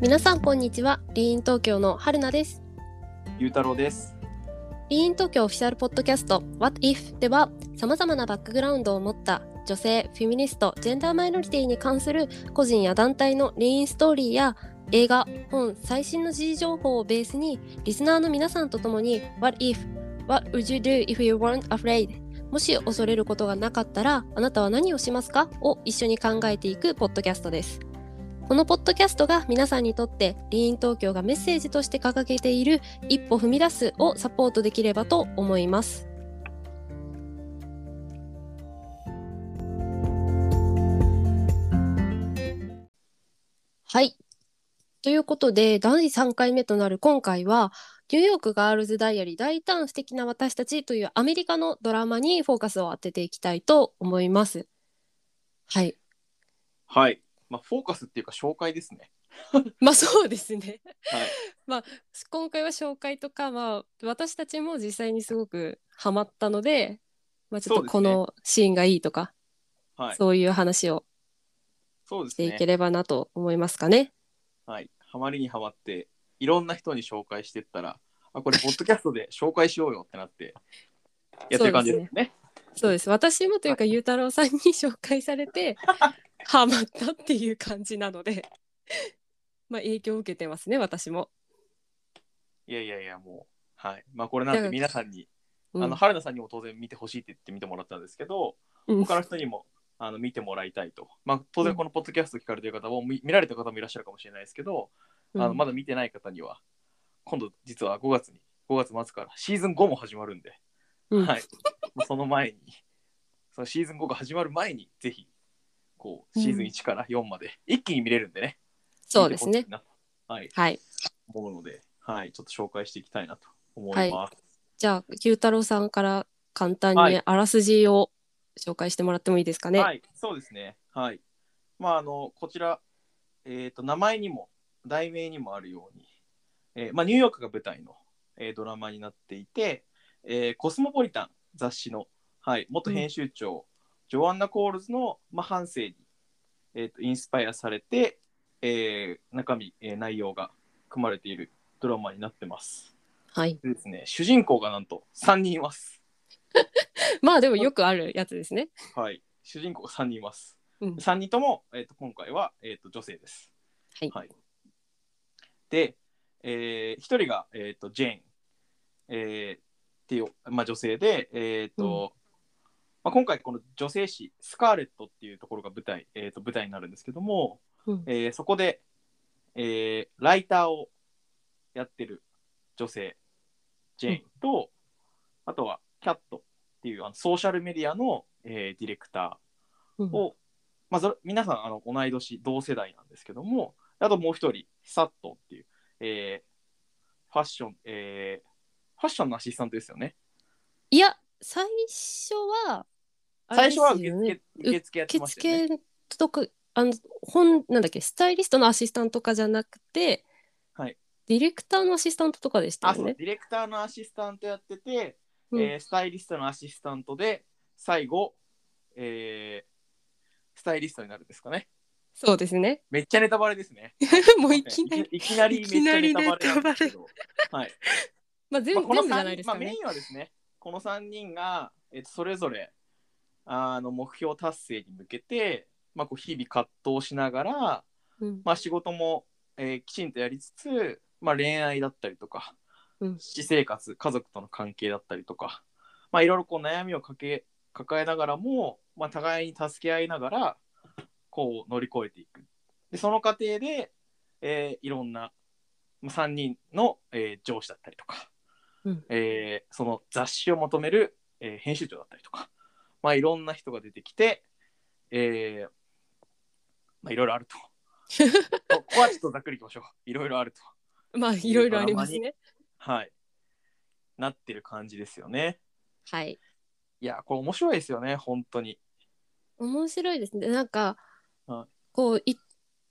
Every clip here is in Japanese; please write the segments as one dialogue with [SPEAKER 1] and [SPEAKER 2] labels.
[SPEAKER 1] 皆さんこんにちはリーン東京の春菜です
[SPEAKER 2] ゆうたろうです。
[SPEAKER 1] リーン東京オフィシャルポッドキャスト What If ではさまざまなバックグラウンドを持った女性、フェミニスト、ジェンダーマイノリティに関する個人や団体のリーンストーリーや映画、本、最新の時事情報をベースにリスナーの皆さんと共に What if? What would you do if you weren't afraid? もし恐れることがなかったらあなたは何をしますかを一緒に考えていくポッドキャストです。このポッドキャストが皆さんにとってリーン東京がメッセージとして掲げている一歩踏み出すをサポートできればと思います。はい。ということで、第3回目となる今回は、ニューヨークガールズダイアリー大胆素敵な私たちというアメリカのドラマにフォーカスを当てていきたいと思います。はい。
[SPEAKER 2] はい。まあ、フォーカスっていうか紹介ですね。
[SPEAKER 1] まあそうですね。
[SPEAKER 2] はい。
[SPEAKER 1] 今回は紹介とか、まあ、私たちも実際にすごくハマったので、まあ、ちょっとこのシーンがいいとかそう,、
[SPEAKER 2] はい。
[SPEAKER 1] いう話を
[SPEAKER 2] そうで
[SPEAKER 1] し
[SPEAKER 2] す
[SPEAKER 1] ていけ
[SPEAKER 2] ね。
[SPEAKER 1] ればなと思いますかね。
[SPEAKER 2] はい。ハマりにハマって、いろんな人に紹介してったら、あ、これ、ポッドキャストで紹介しようよって なって、やってる感じですね。
[SPEAKER 1] そうです私もというかゆうたろうさんに紹介され てハマったっていう感じなのでまあ影響を受けてますね私も。
[SPEAKER 2] いやいやいや、もう。はい。まあ、これなん
[SPEAKER 1] だか
[SPEAKER 2] で
[SPEAKER 1] ら
[SPEAKER 2] 皆さんに、
[SPEAKER 1] うん
[SPEAKER 2] あの、春菜さんにも当然見てほしいって言って見てもらったんですけど、
[SPEAKER 1] うん
[SPEAKER 2] 他の人にも、あの見てもらいたいと。まあ、当然このポッドキャスト聞かれてる方も、み見られた方もいらっしゃるかもしれないですけど、あのまだ見てない方には、今度実は5月に、5月末からシーズン5も始まるんで、
[SPEAKER 1] うん
[SPEAKER 2] はい、その前に、そのシーズン5が始まる前に、ぜひ、こう、
[SPEAKER 1] うん
[SPEAKER 2] シーズン1から4まで、一気に見れるんでね。
[SPEAKER 1] そうです
[SPEAKER 2] 見
[SPEAKER 1] ね
[SPEAKER 2] て。ほしいな。はい、
[SPEAKER 1] はい
[SPEAKER 2] 思うので、はい、ちょっと紹介していきたいなと思います。
[SPEAKER 1] じゃあゆうたろうさんから簡単
[SPEAKER 2] は
[SPEAKER 1] に
[SPEAKER 2] い
[SPEAKER 1] あらすじを紹介してもらってもいいですか
[SPEAKER 2] は
[SPEAKER 1] ね。
[SPEAKER 2] い、そうですね。はい。まあ、あの、こちら、えっ、と、名前にも、題名にもあるように、えーまあ、ニューヨークが舞台の、えードラマになっていて、えーコスモポリタン雑誌の、はい、元編集長、ジョアンナ・コールズの、まあ、反省に、えーとインスパイアされて、えー中身、えー内容が組まれているドラマになってます。
[SPEAKER 1] はい、
[SPEAKER 2] でですね、主人公がなんと3人います。
[SPEAKER 1] まあでもよくあるやつですね。
[SPEAKER 2] はい、主人公が3人います。
[SPEAKER 1] うん
[SPEAKER 2] 3人とも、えー、と今回は、えー、と女性です。
[SPEAKER 1] はい
[SPEAKER 2] で、え1人が、えー、とジェーン、えーっていう、まあ、女性で、えーとまあ、今回この女性誌スカーレットっていうところが舞台,、えー、と舞台になるんですけども、
[SPEAKER 1] うん
[SPEAKER 2] えーそこで、えーライターをやってる女性ジェーンと、あとはキャットっていうあのソーシャルメディアの、えーディレクター。
[SPEAKER 1] うん
[SPEAKER 2] を、まあ、それ皆さんあの同い年同世代なんですけどもあともう一人サットンっていう、えーファッション、えーファッションのアシスタントですよね
[SPEAKER 1] いや最初はあれ
[SPEAKER 2] 最
[SPEAKER 1] です
[SPEAKER 2] 初
[SPEAKER 1] よ
[SPEAKER 2] は
[SPEAKER 1] ね
[SPEAKER 2] 受付受付やって
[SPEAKER 1] 受
[SPEAKER 2] ましたよね
[SPEAKER 1] 付とかあの本なんだっけスタイリストのアシスタントとかじゃなくて、
[SPEAKER 2] はい
[SPEAKER 1] ディレクターのアシスタントとかでした
[SPEAKER 2] あ
[SPEAKER 1] よ
[SPEAKER 2] そう
[SPEAKER 1] ね
[SPEAKER 2] デ。ィレクターのアシスタントやってて、
[SPEAKER 1] うん
[SPEAKER 2] えースタイリストのアシスタントで最後、えースタイリストになるんですかね
[SPEAKER 1] そうです ね。
[SPEAKER 2] めっちゃネタバレですね
[SPEAKER 1] もういきなり、
[SPEAKER 2] いきなりめっ ちゃネタバレなんですけどはい
[SPEAKER 1] まあ、全
[SPEAKER 2] まあ
[SPEAKER 1] 部
[SPEAKER 2] この
[SPEAKER 1] 全部じゃない
[SPEAKER 2] 3
[SPEAKER 1] で
[SPEAKER 2] 人
[SPEAKER 1] す
[SPEAKER 2] まあ
[SPEAKER 1] か
[SPEAKER 2] メ
[SPEAKER 1] ね
[SPEAKER 2] イ。ンはですね、この3人が、えっと、それぞれあの目標達成に向けて、まあ、こう日々葛藤しながら、
[SPEAKER 1] うん
[SPEAKER 2] まあ、仕事も、えーきちんとやりつつ、まあ、恋愛だったりとか、
[SPEAKER 1] うん
[SPEAKER 2] 私生活家族との関係だったりとか、まあ、いろいろこう悩みをかけ抱えながらも、まあ、互いに助け合いながらこう乗り越えていくでその過程で、えーいろんなまあ3人の、えー上司だったりとか、
[SPEAKER 1] うん
[SPEAKER 2] えーその雑誌をまとめる、えー編集長だったりとか、まあ、いろんな人が出てきて、えーまあ、いろいろある と。ここはちょっとざっくりいきましょう。いろいろあると。
[SPEAKER 1] まあ、いろいろありますね。
[SPEAKER 2] はい。なってる感じですよね。
[SPEAKER 1] はい。
[SPEAKER 2] いや、これ面白いですよね、本当に。
[SPEAKER 1] 面白いですね。なんか、
[SPEAKER 2] は
[SPEAKER 1] こう、一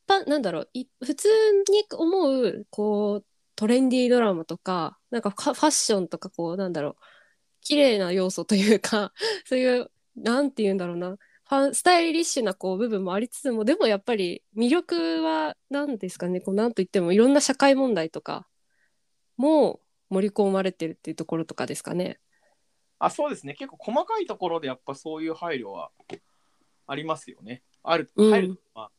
[SPEAKER 1] 般、なんだろう、い普通に思う、こう、トレンディードラマとか、なんかファファッションとか、 こう、なんだろう、綺麗な要素というか、そういう、なんて言うんだろうな、ファファンスタイリッシュなこう部分もありつつもでもやっぱり魅力は何ですかねこうなんといってもいろんな社会問題とかも盛り込まれてるっていうところとかですかね。
[SPEAKER 2] あそうですね結構細かいところでやっぱそういう配慮はありますよね。ある
[SPEAKER 1] うん
[SPEAKER 2] 入るまあ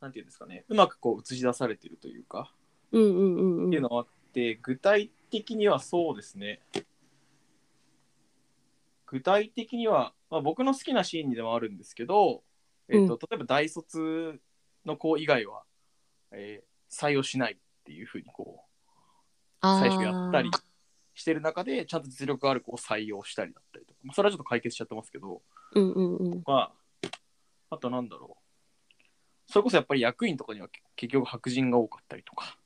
[SPEAKER 2] なんていうんですかねうまくこう映し出されてるというか
[SPEAKER 1] うんうんうん
[SPEAKER 2] っ
[SPEAKER 1] う。
[SPEAKER 2] ていうんのはあって具体的にはそうですね具体的には、まあ、僕の好きなシーンにでもあるんですけど、えっと
[SPEAKER 1] う
[SPEAKER 2] 例えば大卒の子以外は、えー採用しないっていうふうにこう
[SPEAKER 1] あー
[SPEAKER 2] 最初やったりしてる中でちゃんと実力ある子を採用したりだったりとか、まあ、それはちょっと解決しちゃってますけど、
[SPEAKER 1] うんうんうん。
[SPEAKER 2] まあ、あとなんだろうそれこそやっぱり役員とかには結結局白人が多かったりとか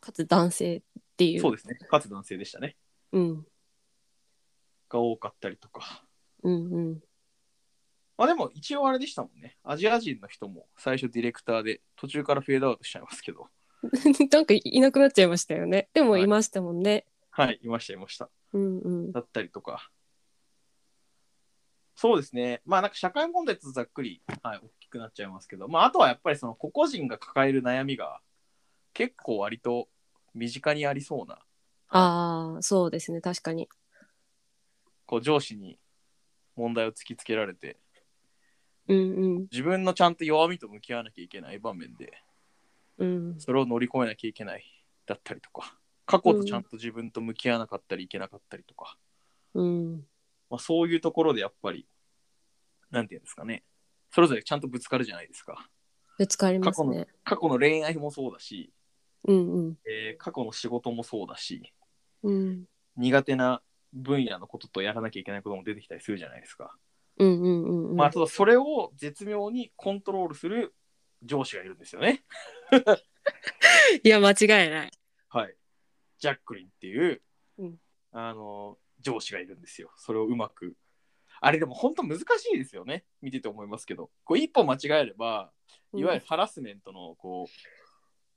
[SPEAKER 1] かつ男性っていう。
[SPEAKER 2] そうですねかつ男性でしたね
[SPEAKER 1] うん
[SPEAKER 2] が多かったりとか
[SPEAKER 1] うんうん。
[SPEAKER 2] まあでも一応あれでしたもんねアジア人の人も最初ディレクターで途中からフェードアウトしちゃいますけど
[SPEAKER 1] なんかいいなくなっちゃいましたよね。でも
[SPEAKER 2] はい
[SPEAKER 1] いましたもんね。
[SPEAKER 2] はいいましたいました
[SPEAKER 1] うんうん。
[SPEAKER 2] だったりとかそうですねまあなんか社会問題とざっくり、はい、大きくなっちゃいますけど、まあ、あとはやっぱりその個々人が抱える悩みが結構割と身近にありそうな
[SPEAKER 1] ああ、そうですね。確かに。
[SPEAKER 2] こう上司に問題を突きつけられて
[SPEAKER 1] うんうん
[SPEAKER 2] 自分のちゃんと弱みと向き合わなきゃいけない場面で
[SPEAKER 1] うん。
[SPEAKER 2] それを乗り越えなきゃいけないだったりとか過去とちゃんと自分と向き合わなかったりいけなかったりとか、
[SPEAKER 1] うん。
[SPEAKER 2] まあ、そういうところでやっぱりなんていうんですかねそれぞれちゃんとぶつかるじゃないですか。
[SPEAKER 1] ぶつかりますね。
[SPEAKER 2] 過去の恋愛もそうだし、
[SPEAKER 1] うんうん。
[SPEAKER 2] えー過去の仕事もそうだし
[SPEAKER 1] うん
[SPEAKER 2] 苦手な分野のこととやらなきゃいけないことも出てきたりするじゃないですか、
[SPEAKER 1] うんうんうんうん。
[SPEAKER 2] まあ、ただそれを絶妙にコントロールする上司がいるんですよね
[SPEAKER 1] いや、間違いない。
[SPEAKER 2] はいジャックリンっていう、
[SPEAKER 1] うん
[SPEAKER 2] あの上司がいるんですよそれをうまくあれでも本当難しいですよね見てて思いますけどこう一歩間違えればいわゆるハラスメントのこ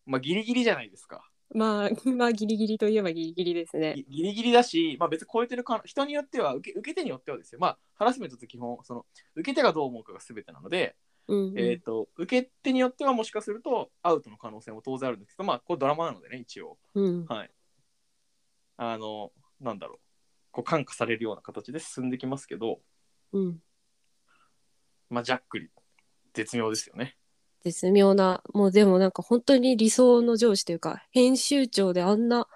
[SPEAKER 2] う、まあギリギリじゃないですか
[SPEAKER 1] うんまあ、まあ、ギリギリといえばギリギリですね。
[SPEAKER 2] ぎギリギリだし、まあ、別に超えてるか人によっては受け受け手によってはですよ、まあ、ハラスメントって基本その受け手がどう思うかが全てなので、
[SPEAKER 1] うん、うん
[SPEAKER 2] えー、と受け手によってはもしかするとアウトの可能性も当然あるんですけど、まあ、これドラマなのでね一応
[SPEAKER 1] うん
[SPEAKER 2] あのなんだろうこう感化されるような形で進んできますけど、
[SPEAKER 1] うん。
[SPEAKER 2] まあ、ジャックリ絶妙ですよね。
[SPEAKER 1] 絶妙な、もうでもなんか本当に理想の上司というか、編集長であんな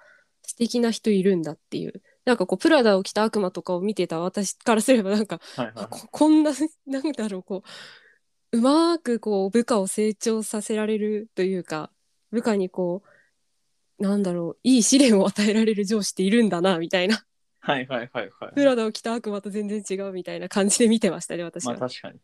[SPEAKER 1] 素敵な人いるんだっていう。なんかこう、プラダを着た悪魔とかを見てた私からすればなんか、
[SPEAKER 2] はいはいはい
[SPEAKER 1] ここんな、なんだろう、こう、うまくこう、部下を成長させられるというか、部下にこう、なんだろう、いい試練を与えられる上司っているんだな、みたいな。
[SPEAKER 2] はいはいはいはい
[SPEAKER 1] プラダを着た悪魔と全然違うみたいな感じで見てましたね、私
[SPEAKER 2] ま
[SPEAKER 1] は。
[SPEAKER 2] あ確かに。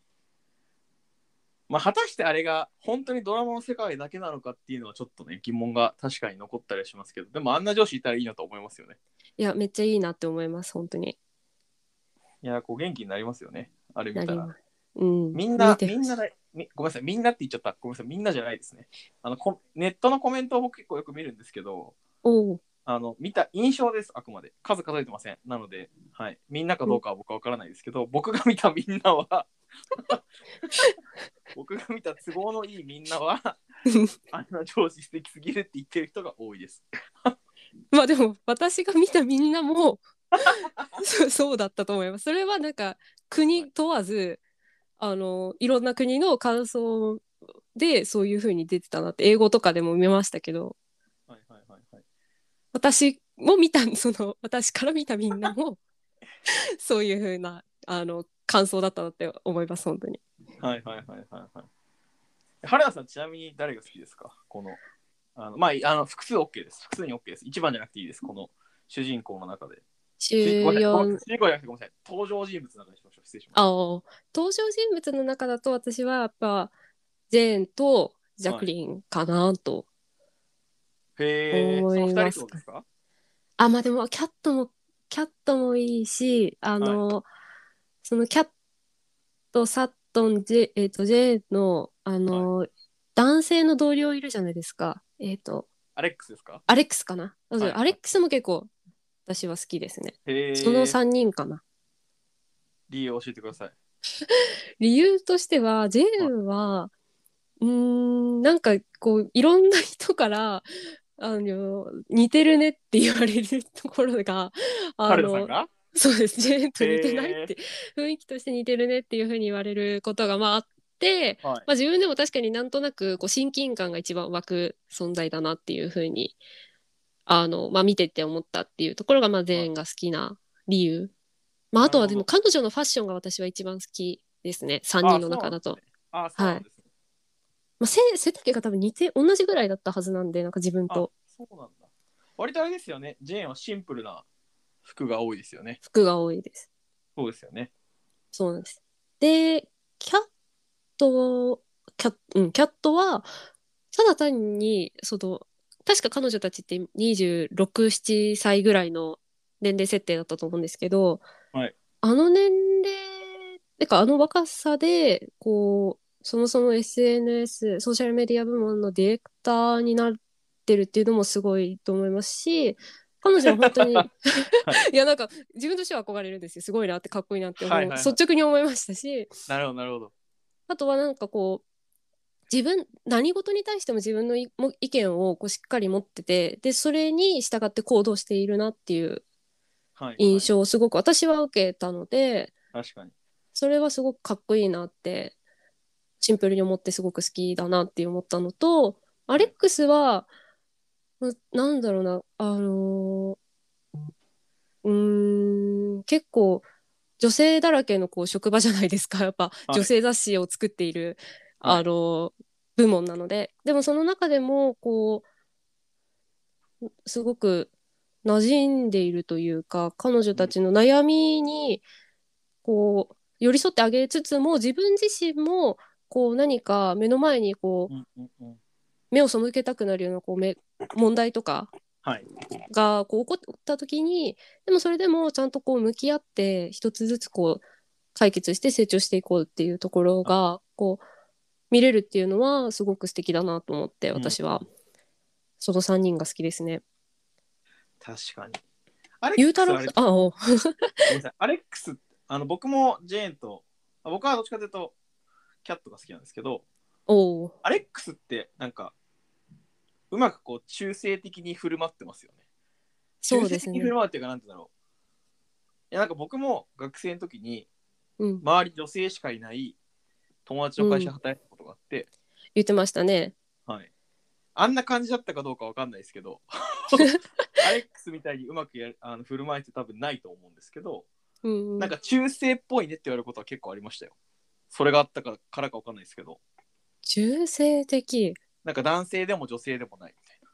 [SPEAKER 2] まあ果たしてあれが本当にドラマの世界だけなのかっていうのはちょっとね疑問が確かに残ったりはしますけどでもあんな上司いたらいいなと思いますよね。
[SPEAKER 1] いや、めっちゃいいなって思います、本当に。
[SPEAKER 2] いやこう元気になりますよねあれ
[SPEAKER 1] な
[SPEAKER 2] 見た
[SPEAKER 1] り
[SPEAKER 2] ら
[SPEAKER 1] ま。す。うん、
[SPEAKER 2] みんな
[SPEAKER 1] 見て
[SPEAKER 2] みんなだみごめんなさいみんなって言っちゃったごめんなさいみんなじゃないですねあのこネットのコメントを僕結構よく見るんですけど
[SPEAKER 1] おう
[SPEAKER 2] あの見た印象ですあくまで数数えてませんなので、はい、みんなかどうかは僕は分からないですけど、僕が見たみんなは 僕が見た都合のいいみんなは あんな上司素敵すぎるって言ってる人が多いです。
[SPEAKER 1] まあでも私が見たみんなも そそうだったと思います。それはなんか国問わずあのいろんな国の感想でそういう風に出てたなって英語とかでも見ましたけど
[SPEAKER 2] はいはいはいはい。
[SPEAKER 1] 私も見た その私から見たみんなもそういう風なあの感想だったなって思います本当に。
[SPEAKER 2] はいはいはいはいはい。原田さん、ちなみに誰が好きですかこの。あのまあ、いあの複数 OK です。複数に OK です。一番じゃなくていいです。この主人公の中で。
[SPEAKER 1] 週
[SPEAKER 2] ごめんなさいごめ
[SPEAKER 1] 4
[SPEAKER 2] んなさい主人公じゃなくてごめんなさい。登場人物の中にしましょう。失礼しまし
[SPEAKER 1] あ登場人物の中だと私はやっぱジェーンとジャクリンかなと。
[SPEAKER 2] た。へえ、そ
[SPEAKER 1] 思い
[SPEAKER 2] の
[SPEAKER 1] ます
[SPEAKER 2] 二人そうですか
[SPEAKER 1] あ、まあでも、キャットも、キャットもいいし、あの、そのキャット、サットン、ジェ、えっと、ジェーンの、あの、男性の同僚いるじゃないですか。えっと、
[SPEAKER 2] アレックスですか
[SPEAKER 1] アレックスかな。
[SPEAKER 2] い
[SPEAKER 1] アレックスも結構、私は好きですね。
[SPEAKER 2] へえ。
[SPEAKER 1] その3人かな。
[SPEAKER 2] 理由を教えてください。
[SPEAKER 1] 理由としてはジェーンはうーんなんかこういろんな人からあの似てるねって言われるところがあ
[SPEAKER 2] 春田さん
[SPEAKER 1] の
[SPEAKER 2] が
[SPEAKER 1] そうですジェーンと似てないって、雰囲気として似てるねっていうふうに言われることがまああって、
[SPEAKER 2] はい
[SPEAKER 1] まあ、自分でも確かになんとなくこう親近感が一番湧く存在だなっていうふうにあの、まあ、見てて思ったっていうところがまあジェーンが好きな理由、まあ、あとはでも
[SPEAKER 2] な
[SPEAKER 1] 彼女のファッションが私は一番好きですね3人
[SPEAKER 2] あ
[SPEAKER 1] の中だと。
[SPEAKER 2] あそうなんですね
[SPEAKER 1] まあ、背背丈が多分似て同じぐらいだったはずなんでなんか自分と
[SPEAKER 2] あそうなんだ割とあれですよねジェーンはシンプルな服が多いですよね
[SPEAKER 1] 服が多いです。
[SPEAKER 2] そうですよね
[SPEAKER 1] そうなんです。で、キャット、キャッ,、うん、キャットは、ただ単に、その、確か彼女たちって26、7歳ぐらいの年齢設定だったと思うんですけど、
[SPEAKER 2] はい
[SPEAKER 1] あの年齢、てかあの若さで、こう、そもそも SNS、ソーシャルメディア部門のディレクターになってるっていうのもすごいと思いますし、彼女は本 当に、いやなんか自分としては憧れるんですよすごいなってかっこいいなって思う、
[SPEAKER 2] はいはいはい
[SPEAKER 1] 率直に思いましたし
[SPEAKER 2] なるほどなるほど
[SPEAKER 1] あとはなんかこう自分何事に対しても自分のいも意見をこうしっかり持っててでそれに従って行動しているなっていう
[SPEAKER 2] はい
[SPEAKER 1] 印象をすごく私は受けたので
[SPEAKER 2] はい確かに
[SPEAKER 1] それはすごくかっこいいなってシンプルに思ってすごく好きだなって思ったのとアレックスはななんだろうなあのーうーん結構女性だらけのこう職場じゃないですかやっ ぱ
[SPEAKER 2] い
[SPEAKER 1] 女性雑誌を作っている、
[SPEAKER 2] はい
[SPEAKER 1] あのー部門なのででもその中でもこうすごく馴染んでいるというか彼女たちの悩みにこう寄り添ってあげつつも自分自身もこう何か目の前にこう
[SPEAKER 2] うんうんうん
[SPEAKER 1] 目を背けたくなるようなこうめ問題とか
[SPEAKER 2] はい
[SPEAKER 1] がこう起こった時にでもそれでもちゃんとこう向き合って一つずつこう解決して成長していこうっていうところがこう見れるっていうのはすごく素敵だなと思って
[SPEAKER 2] ん
[SPEAKER 1] 私はその3人が好きですね。
[SPEAKER 2] 確かにアレ
[SPEAKER 1] ゆ
[SPEAKER 2] ッ
[SPEAKER 1] う
[SPEAKER 2] クス
[SPEAKER 1] たろ
[SPEAKER 2] は
[SPEAKER 1] う
[SPEAKER 2] あれ
[SPEAKER 1] あお
[SPEAKER 2] ごめんなさいアレックスあの僕もジェーンとあ僕はどっちかというとキャットが好きなんですけど
[SPEAKER 1] おう
[SPEAKER 2] アレックスってなんかうまくこう中性的に振る舞ってますよね
[SPEAKER 1] そうです
[SPEAKER 2] 中性的に
[SPEAKER 1] ね
[SPEAKER 2] 振。る舞うっていうかなんて言うんだろういやなんか僕も学生の時に
[SPEAKER 1] うん、
[SPEAKER 2] 周り女性しかいない友達の会社で働いたことがあって、
[SPEAKER 1] 言ってましたね。
[SPEAKER 2] はい、あんな感じだったかどうかわかんないです けどアレックスみたいにうまくやるあの振る舞いって多分ないと思うんですけど、
[SPEAKER 1] うんうん、
[SPEAKER 2] なんか中性っぽいねって言われることは結構ありましたよそれがあったからからかわかんないですけど
[SPEAKER 1] 中性的。
[SPEAKER 2] なんか男性でも女性でもないみたいな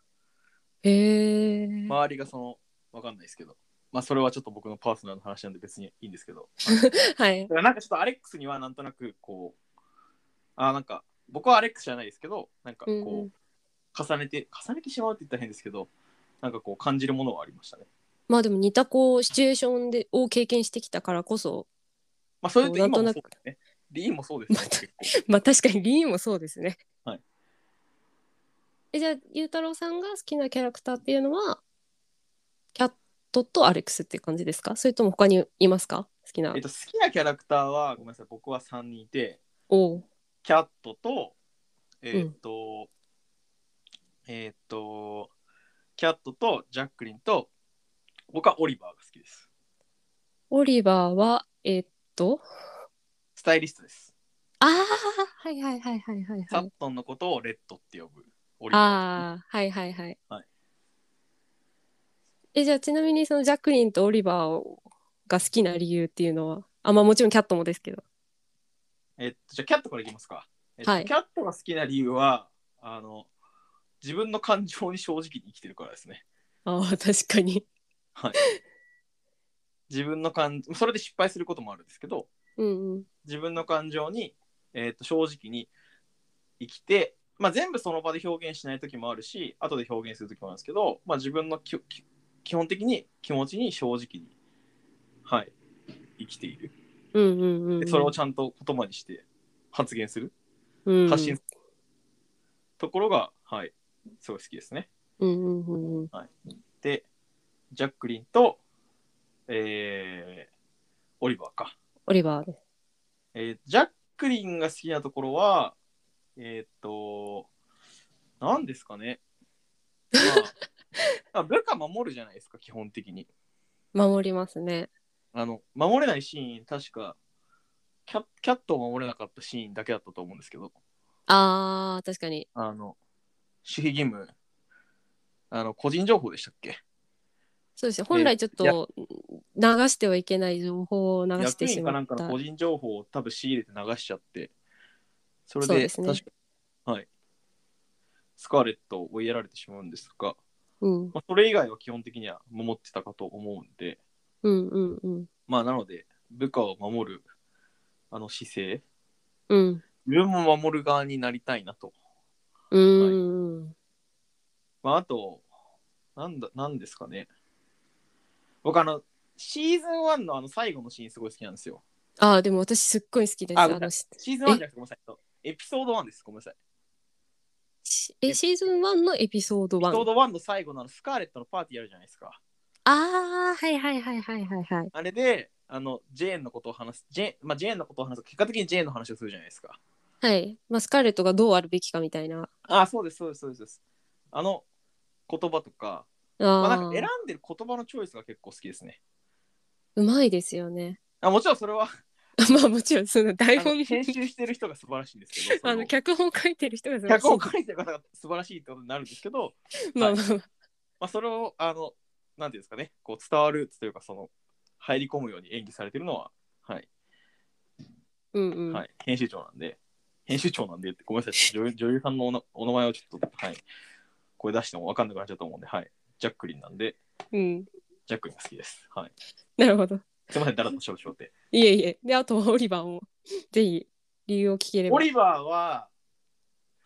[SPEAKER 1] へえ。
[SPEAKER 2] 周りがそのわかんないですけどまあそれはちょっと僕のパーソナルの話なんで別にいいんですけど
[SPEAKER 1] はい
[SPEAKER 2] だ。からなんかちょっとアレックスにはなんとなくこうあーなんか僕はアレックスじゃないですけどなんかこう、
[SPEAKER 1] うんうん
[SPEAKER 2] 重ねて重ねてしまうって言ったら変ですけどなんかこう感じるものはありましたね
[SPEAKER 1] まあでも似たこうシチュエーションでを経験してきたからこそ、
[SPEAKER 2] まあそれと今もそう
[SPEAKER 1] な
[SPEAKER 2] で
[SPEAKER 1] ん
[SPEAKER 2] す
[SPEAKER 1] と
[SPEAKER 2] ねリーもそうですね結構
[SPEAKER 1] まあ確かにリーンもそうですね。
[SPEAKER 2] はい。
[SPEAKER 1] えじゃあゆうたろうさんが好きなキャラクターっていうのはキャットとアレックスっていう感じですか？それとも他にいますか？好きな
[SPEAKER 2] えっ。と好きなキャラクターはごめんなさい僕は3人いて
[SPEAKER 1] おう
[SPEAKER 2] キャットとえーっと、えーっとキャットとジャックリンと僕はオリバーが好きです
[SPEAKER 1] オリバーはえっと
[SPEAKER 2] スタイリストです
[SPEAKER 1] ああはいはいはいはいはい
[SPEAKER 2] サ
[SPEAKER 1] は
[SPEAKER 2] ッ
[SPEAKER 1] い。
[SPEAKER 2] トンのことをレッドって呼ぶオリバー
[SPEAKER 1] ああはいはいはい。
[SPEAKER 2] はい
[SPEAKER 1] えじゃあちなみにそのジャックリンとオリバーをが好きな理由っていうのはあまあもちろんキャットもですけど。
[SPEAKER 2] えっと、じゃあキャットからいきますか。えっと
[SPEAKER 1] はい
[SPEAKER 2] キャットが好きな理由はあの自分の感情に正直に生きてるからですね。
[SPEAKER 1] ああ確かに。
[SPEAKER 2] はい、自分の感それで失敗することもあるんですけど
[SPEAKER 1] うんうん。
[SPEAKER 2] 自分の感情に、えっと正直に生きて、まあ、全部その場で表現しない時もあるし後で表現する時もあるんですけど、まあ、自分のきき基本的に気持ちに正直に、はい、生きている
[SPEAKER 1] うんうんうんう
[SPEAKER 2] で
[SPEAKER 1] ん。
[SPEAKER 2] それをちゃんと言葉にして発言する。
[SPEAKER 1] うん
[SPEAKER 2] 発信するところが、はい、すごい好きですね。
[SPEAKER 1] うんうんうんうん。
[SPEAKER 2] で、ジャックリンと、えー、オリバーか。
[SPEAKER 1] オリバーで。
[SPEAKER 2] えージャックリンが好きなところは、えーっと、何ですかね。 まあ、あ部下守るじゃないですか、基本的に。
[SPEAKER 1] 守りますね。
[SPEAKER 2] あの、守れないシーン、確か、キャキャットを守れなかったシーンだけだったと思うんですけど、
[SPEAKER 1] あー、確かに。
[SPEAKER 2] あの、守秘義務、あの、個人情報でしたっけ
[SPEAKER 1] そうですね。本来ちょっと流してはいけない情報を流し
[SPEAKER 2] 役
[SPEAKER 1] てし
[SPEAKER 2] 員
[SPEAKER 1] ま
[SPEAKER 2] かな
[SPEAKER 1] っ
[SPEAKER 2] んかの
[SPEAKER 1] た
[SPEAKER 2] 個。人情報を多分仕入れて流しちゃって、それ
[SPEAKER 1] そう
[SPEAKER 2] で
[SPEAKER 1] ですね
[SPEAKER 2] 確かはい、スカーレットを追いやられてしまうんですが、
[SPEAKER 1] うん。
[SPEAKER 2] まあ、それ以外は基本的には守ってたかと思うんで、
[SPEAKER 1] うんうんうん。
[SPEAKER 2] まあ、なので、部下を守るあの姿勢、
[SPEAKER 1] うん。
[SPEAKER 2] 自分も守る側になりたいなと。
[SPEAKER 1] うーん。
[SPEAKER 2] まあ、あと、なんだ、なんですかね。僕、あの、シーズン1のあの最後のシーンすごい好きなんですよ。
[SPEAKER 1] あー、でも私すっごい好きです。
[SPEAKER 2] あ
[SPEAKER 1] あのし
[SPEAKER 2] シーズン1じゃなくて、ごめんなさい。エピソード1です。ごめんなさい。
[SPEAKER 1] しえシーズン1のエピソード
[SPEAKER 2] エピソー
[SPEAKER 1] 1。
[SPEAKER 2] ド1の最後のあのスカーレットのパーティーやるじゃないですか。
[SPEAKER 1] あー、はいはいはいはいはいはい。
[SPEAKER 2] あれで、あの、ジェーンのことを話す、ジェーン、まあ、ジェーンのことを話す、結果的にジェーンの話をするじゃないですか。
[SPEAKER 1] はい。まあ、スカーレットがどうあるべきかみたいな。
[SPEAKER 2] ああ、そうです、そうです、そうですそうです。あの言葉とか、まあ、
[SPEAKER 1] あ
[SPEAKER 2] なんか
[SPEAKER 1] ー
[SPEAKER 2] 選んでる言葉のチョイスが結構好きですね。
[SPEAKER 1] うまいですよね。
[SPEAKER 2] あもちろんそれは、
[SPEAKER 1] まあもちろんその
[SPEAKER 2] あ
[SPEAKER 1] 台
[SPEAKER 2] の
[SPEAKER 1] 本
[SPEAKER 2] 編集してる人が素晴らしいんですけど、そ
[SPEAKER 1] あ
[SPEAKER 2] の
[SPEAKER 1] の脚本書いてる人が素晴らしい
[SPEAKER 2] 脚本を書いてる方が素晴らしいってことになるんですけど、
[SPEAKER 1] まあまあまあ
[SPEAKER 2] まあ、それを、あの、なんていうんですかね、こう伝わるというか、その、入り込むように演技されてるのは、はい、
[SPEAKER 1] うんうん、
[SPEAKER 2] はい、編集長なんで、編集長なんでって、ごめんなさい、女優女優さんのおなお名前をちょっと、はい、声出しても分かんなくなっちゃうと思うんで、はい、ジャックリンなんで、
[SPEAKER 1] うん
[SPEAKER 2] ジャックリンが好きです。はい。
[SPEAKER 1] なるほど
[SPEAKER 2] すみません、だらっと少々って。
[SPEAKER 1] いえいえであとはオリバーも ぜひ理由を聞ければ
[SPEAKER 2] オリバーは、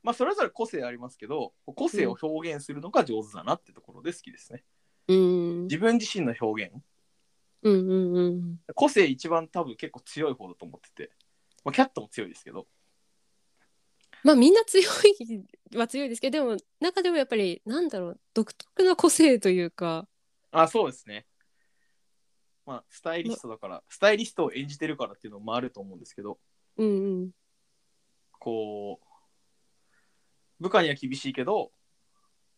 [SPEAKER 2] まあ、それぞれ個性ありますけど、個性を表現するのが上手だなってところで好きですね。
[SPEAKER 1] うん
[SPEAKER 2] 自分自身の表現、
[SPEAKER 1] うんうんうん
[SPEAKER 2] 個性一番多分結構強い方だと思ってて、まあ、キャットも強いですけど、
[SPEAKER 1] まあみんな強いは強いですけどでも中でもやっぱりなんだろう独特な個性というか
[SPEAKER 2] あ、そうですね。まあ、スタイリストだから、スタイリストを演じてるからっていうのもあると思うんですけど、
[SPEAKER 1] うんうん
[SPEAKER 2] こう、部下には厳しいけど、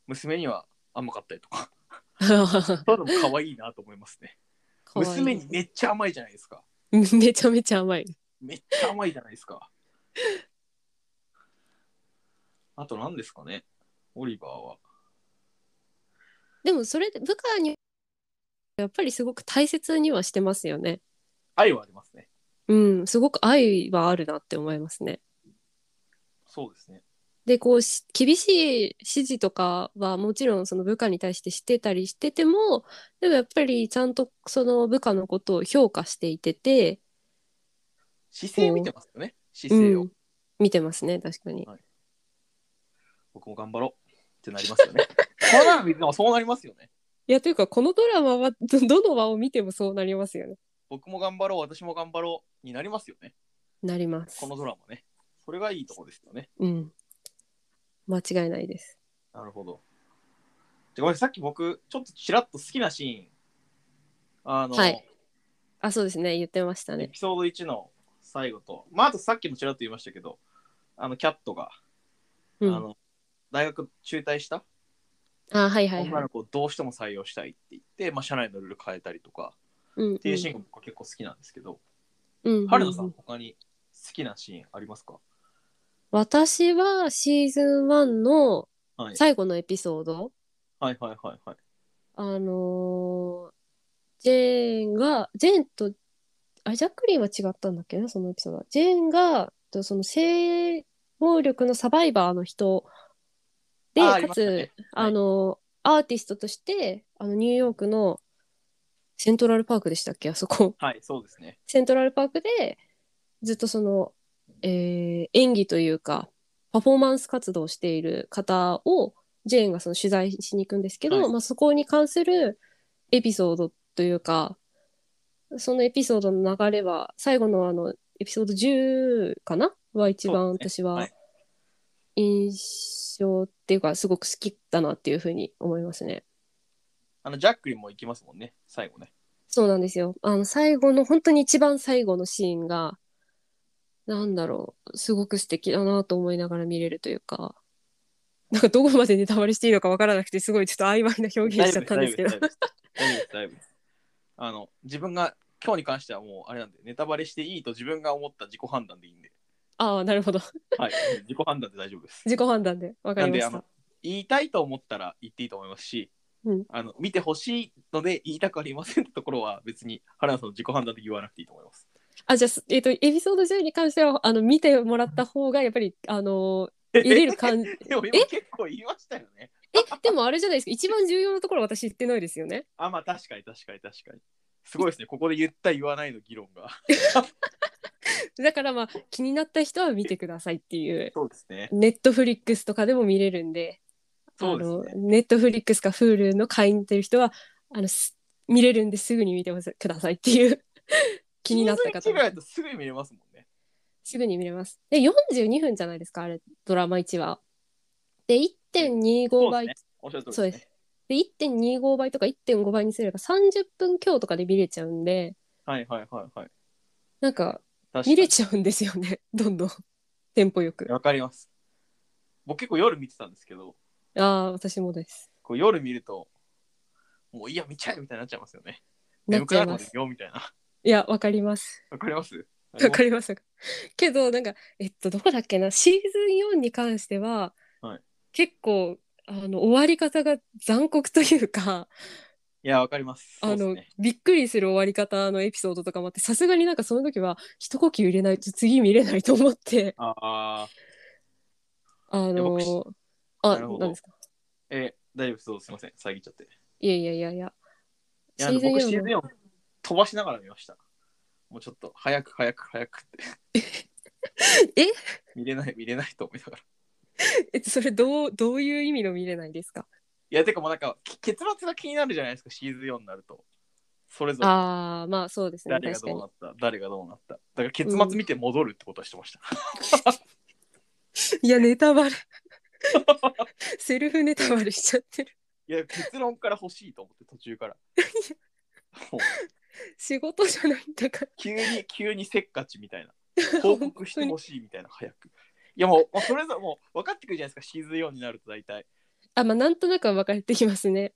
[SPEAKER 2] 娘には甘かったりとか、そういうのも可愛いなと思いますね。
[SPEAKER 1] 可愛い
[SPEAKER 2] 娘にめっちゃ甘いじゃないですか。
[SPEAKER 1] めちゃめちゃ甘い
[SPEAKER 2] めっちゃ甘いじゃないですか。あと何ですかねオリバーは。
[SPEAKER 1] でもそれで部下にやっぱりすごく大切にはしてますよね
[SPEAKER 2] 愛はありますね。
[SPEAKER 1] うんすごく愛はあるなって思いますね
[SPEAKER 2] そうですね。
[SPEAKER 1] でこうし厳しい指示とかはもちろんその部下に対してしてたりしててもでもやっぱりちゃんとその部下のことを評価していてて、
[SPEAKER 2] 姿勢見てますよね。姿
[SPEAKER 1] う
[SPEAKER 2] 勢を。
[SPEAKER 1] ん、見てますね確かに
[SPEAKER 2] 僕も頑張ろうってなりますよね。こうなるみんなもそうなりますよね。
[SPEAKER 1] いやというかこのドラマは どどの輪を見てもそうなりますよね
[SPEAKER 2] 僕も頑張ろう、私も頑張ろうになりますよね。
[SPEAKER 1] なります
[SPEAKER 2] このドラマね。それがいいとこですよね。
[SPEAKER 1] うん間違いないです
[SPEAKER 2] なるほど。でごめんなさい、さっき僕、ちょっとちらっと好きなシーン、あの、
[SPEAKER 1] はいあそうですね言ってました
[SPEAKER 2] エ
[SPEAKER 1] ね
[SPEAKER 2] ピソード1の最後と、まあ、あとさっきもちらっと言いましたけど、あの、キャットが、
[SPEAKER 1] う
[SPEAKER 2] あ
[SPEAKER 1] ん
[SPEAKER 2] の大学中退した
[SPEAKER 1] あはいはい
[SPEAKER 2] 女
[SPEAKER 1] はい
[SPEAKER 2] の子をどうしても採用したいって言って、まあ、社内のルール変えたりとか
[SPEAKER 1] うん
[SPEAKER 2] っていうシーンが僕は結構好きなんですけど、
[SPEAKER 1] うんうん
[SPEAKER 2] 春菜さん他に好きなシーンありますか、
[SPEAKER 1] 私はシーズン1の
[SPEAKER 2] はい、
[SPEAKER 1] 最後のエピソード、
[SPEAKER 2] はいはいはいはい
[SPEAKER 1] あのージェーンが、ジェーンと、あれ、ジャックリンは違ったんだっけな、そのエピソードは。ジェーンが、とその性暴力のサバイバーの人で、
[SPEAKER 2] あーあり
[SPEAKER 1] か
[SPEAKER 2] ま
[SPEAKER 1] つ、
[SPEAKER 2] したねはい
[SPEAKER 1] あのーアーティストとして、あの、ニューヨークのセントラルパークでしたっけ、あそこ。
[SPEAKER 2] はいそうですね
[SPEAKER 1] セントラルパークで、ずっとその、えー演技というか、パフォーマンス活動をしている方を、ジェーンがその取材しに行くんですけど、
[SPEAKER 2] はい
[SPEAKER 1] まあ、そこに関するエピソードというか、そのエピソードの流れは、最後のあの、エピソード10かなは一番
[SPEAKER 2] そうです
[SPEAKER 1] 私
[SPEAKER 2] ねは
[SPEAKER 1] はい印象っていうか、すごく好きだなっていうふうに思いますね。
[SPEAKER 2] あのジャックリンも行きますもんね最後ね
[SPEAKER 1] そうなんですよ。あの、最後の、本当に一番最後のシーンが、なんだろう、すごく素敵だなと思いながら見れるというか、なんかどこまでネタバレしていいのかわからなくて、すごいちょっと曖昧な表現しちゃったんですけど
[SPEAKER 2] 大。丈夫です大丈夫です大丈夫です大丈夫ですあの自分が今日に関してはもうあれなんでネタバレしていいと自分が思った自己判断でいいんで、
[SPEAKER 1] ああ、なるほど。
[SPEAKER 2] はい、自己判断で大丈夫です。
[SPEAKER 1] 自己判断でわか
[SPEAKER 2] なん
[SPEAKER 1] りま
[SPEAKER 2] であ
[SPEAKER 1] した
[SPEAKER 2] の。言いたいと思ったら言っていいと思いますし、
[SPEAKER 1] うん
[SPEAKER 2] あの見てほしいので言いたくありませんってところは別に原田さんの自己判断で言わなくていいと思います。
[SPEAKER 1] あ、じゃあ、すえっ、と、エピソード10に関しては、あの、見てもらった方が、やっぱり、あのー、入れる 感じ。
[SPEAKER 2] でも今結構言いましたよね。
[SPEAKER 1] え、でもあれじゃないですか。一番重要なところ私言ってないですよね。
[SPEAKER 2] あまあ確かに確かに確かに。すごいですね。ここで言った言わないの議論が。
[SPEAKER 1] だからまあ、気になった人は見てくださいっていう。
[SPEAKER 2] そうですね。
[SPEAKER 1] ネットフリックスとかでも見れるんで、
[SPEAKER 2] そうですね。
[SPEAKER 1] ネットフリックスか Hulu の会員っていう人は、あの、す見れるんですぐに見てほしくださいっていう。気になった
[SPEAKER 2] 気
[SPEAKER 1] 方
[SPEAKER 2] になる人ぐらいだとすぐに見れますもんね。
[SPEAKER 1] すぐに見れます。で、42分じゃないですか、あれ、ドラマ1は。で、1.25倍
[SPEAKER 2] おっしゃる通
[SPEAKER 1] そう
[SPEAKER 2] り
[SPEAKER 1] で
[SPEAKER 2] ですすね。。
[SPEAKER 1] で、1.25倍とか1.5倍にすれば30分強とかで見れちゃうんで、
[SPEAKER 2] はいはいはいはい。
[SPEAKER 1] なんか
[SPEAKER 2] 確か
[SPEAKER 1] 見
[SPEAKER 2] に
[SPEAKER 1] れちゃうんですよね、 どんどん。テンポよく。
[SPEAKER 2] わかります。僕結構夜見てたんですけど、
[SPEAKER 1] ああ、私もです。
[SPEAKER 2] こう夜見ると、もういいや、見ちゃえみたいになっちゃいますよね。
[SPEAKER 1] なっ
[SPEAKER 2] 眠
[SPEAKER 1] ち
[SPEAKER 2] く
[SPEAKER 1] ゃ
[SPEAKER 2] ないるま
[SPEAKER 1] ま。
[SPEAKER 2] です見ようみたいな。
[SPEAKER 1] いや、わかります。
[SPEAKER 2] わかります
[SPEAKER 1] わかります。けど、なんか、えっと、どこだっけな、シーズン4に関しては、
[SPEAKER 2] はい
[SPEAKER 1] 結構、あの終わり方が残酷というか
[SPEAKER 2] いや、わかります。
[SPEAKER 1] あ
[SPEAKER 2] そう
[SPEAKER 1] の、
[SPEAKER 2] っすね
[SPEAKER 1] びっくりする終わり方のエピソードとかもあってさすがになんかその時は一呼吸入れないと次見れないと思って
[SPEAKER 2] あー
[SPEAKER 1] あの
[SPEAKER 2] や僕し
[SPEAKER 1] あ
[SPEAKER 2] なるほど
[SPEAKER 1] なんですか
[SPEAKER 2] えー大丈夫ですどうぞ。すいません。遮っちゃって。い
[SPEAKER 1] いやいやいやいや。
[SPEAKER 2] や、あの僕シーズ
[SPEAKER 1] 4
[SPEAKER 2] ン
[SPEAKER 1] の
[SPEAKER 2] 4飛ばしながら見ました。もうちょっと、早く早く早くって。
[SPEAKER 1] え
[SPEAKER 2] 見れない見れないと思いながら。
[SPEAKER 1] えそれどうどういう意味の見れないですか
[SPEAKER 2] いや、てかもうなんか、き結末が気になるじゃないですか、シーズン4になると。それぞれ。
[SPEAKER 1] ああまあそうですね
[SPEAKER 2] 誰が
[SPEAKER 1] 確か
[SPEAKER 2] どう
[SPEAKER 1] に
[SPEAKER 2] なった誰がどうなっただから結末見て戻るってことはしてました、
[SPEAKER 1] いやネタバレ セルフネタバレしちゃってる
[SPEAKER 2] いや結論から欲しいと思って途 中からもう
[SPEAKER 1] 仕事じゃないんだから
[SPEAKER 2] 急に急にせっかちみた いな報告してほしいみたいな早くいやもうもうそれぞれもう分かってくるじゃないですかシーズン4になると大体
[SPEAKER 1] あまあなんとなくは分かれてきますね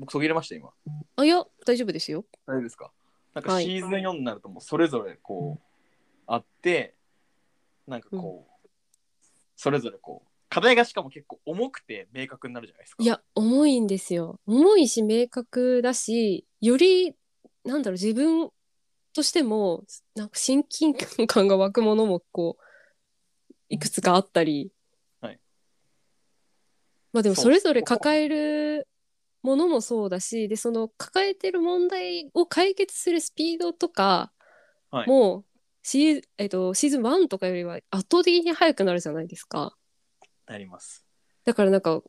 [SPEAKER 2] 僕途切れました今
[SPEAKER 1] あいや大丈夫ですよ
[SPEAKER 2] 大丈夫ですかなんか
[SPEAKER 1] はい
[SPEAKER 2] シーズン4になるともうそれぞれこうあってなんかこう、それぞれこう課題がしかも結構重くて明確になるじゃないですか
[SPEAKER 1] いや重いんですよ重いし明確だしよりなんだろう自分としてもなんか親近感が湧くものもこういくつかあったり、
[SPEAKER 2] はい
[SPEAKER 1] まあでも
[SPEAKER 2] そう
[SPEAKER 1] それぞれ抱えるものもそうだしでその抱えてる問題を解決するスピードとか
[SPEAKER 2] はい
[SPEAKER 1] もシー,、えっとシーズン1とかよりは圧倒的に速くなるじゃないですか。
[SPEAKER 2] なります
[SPEAKER 1] だからなんか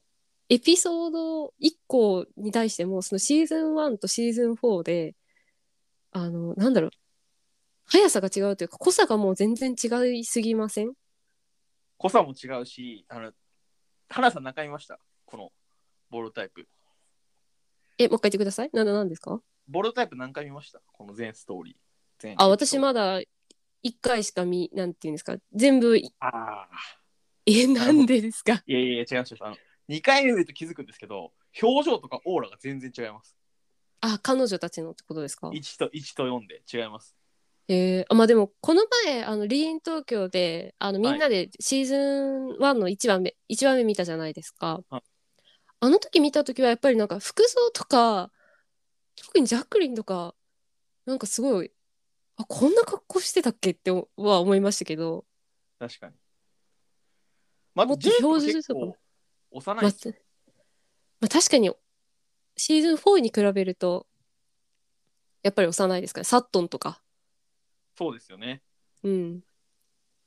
[SPEAKER 1] エピソード1個に対してもそのシーズン1とシーズン4であのなんだろう速さが違うというか濃さがもう全然違いすぎません
[SPEAKER 2] 濃さも違うし、あの、花さん中見ましたこのボールタイプ。
[SPEAKER 1] えもう一回言ってくださいなんだなんですか
[SPEAKER 2] ボールタイプ何回見ましたこの全ストーリー。全
[SPEAKER 1] あ私
[SPEAKER 2] も。
[SPEAKER 1] まだ1回しか見なんていうんですか全部い
[SPEAKER 2] ああ。
[SPEAKER 1] えなんでですか
[SPEAKER 2] いやいやいや、違います違います。あの、2回目見ると気づくんですけど、表情とかオーラが全然違います。
[SPEAKER 1] あ彼女たちのってことですか
[SPEAKER 2] 1と一と4で違います。
[SPEAKER 1] えー、あまあでもこの前あのリーン東京であのみんなでシーズン1の1番目、一番目見たじゃないですか、
[SPEAKER 2] はい
[SPEAKER 1] あの時見た時はやっぱりなんか服装とか特にジャックリンとかなんかすごいあこんな格好してたっけっておは思いましたけど
[SPEAKER 2] 確かに。まあ、
[SPEAKER 1] もっと
[SPEAKER 2] ジェイクも
[SPEAKER 1] 表示
[SPEAKER 2] 結
[SPEAKER 1] とか
[SPEAKER 2] 構幼い
[SPEAKER 1] ま
[SPEAKER 2] で
[SPEAKER 1] あ
[SPEAKER 2] すよ。
[SPEAKER 1] まあ確かにシーズン4に比べるとやっぱり幼いですからサットンとか
[SPEAKER 2] そうですよね。
[SPEAKER 1] うん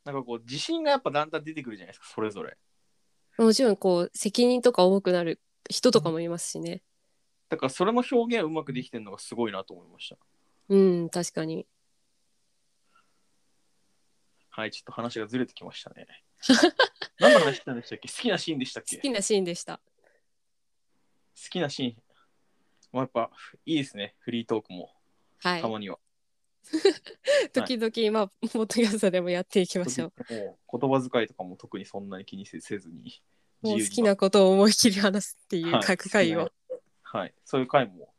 [SPEAKER 2] なんかこう、自信がやっぱだんだん出てくるじゃないですか、それぞれ。
[SPEAKER 1] もちろんこう責任とか重くなる人とかもいますしね
[SPEAKER 2] だからそれの表現をうまくできてるのがすごいなと思いました。
[SPEAKER 1] うん確かに
[SPEAKER 2] はい、ちょっと話がずれてきました ね。何の話したんでしたっけ好きなシーンでしたっけ
[SPEAKER 1] 好
[SPEAKER 2] 好
[SPEAKER 1] きなシーンでした。
[SPEAKER 2] きなシーン。まあ、やっぱいいですね、フリートークも、
[SPEAKER 1] はい
[SPEAKER 2] た。まには。
[SPEAKER 1] 時々、まあ、ポッドキャストでもやっていきましょう。
[SPEAKER 2] もう言葉遣いとかも特にそんなに気にせずに
[SPEAKER 1] もう好き
[SPEAKER 2] に
[SPEAKER 1] なことを思い切り話すっていう各回を。
[SPEAKER 2] はい、そういう回も、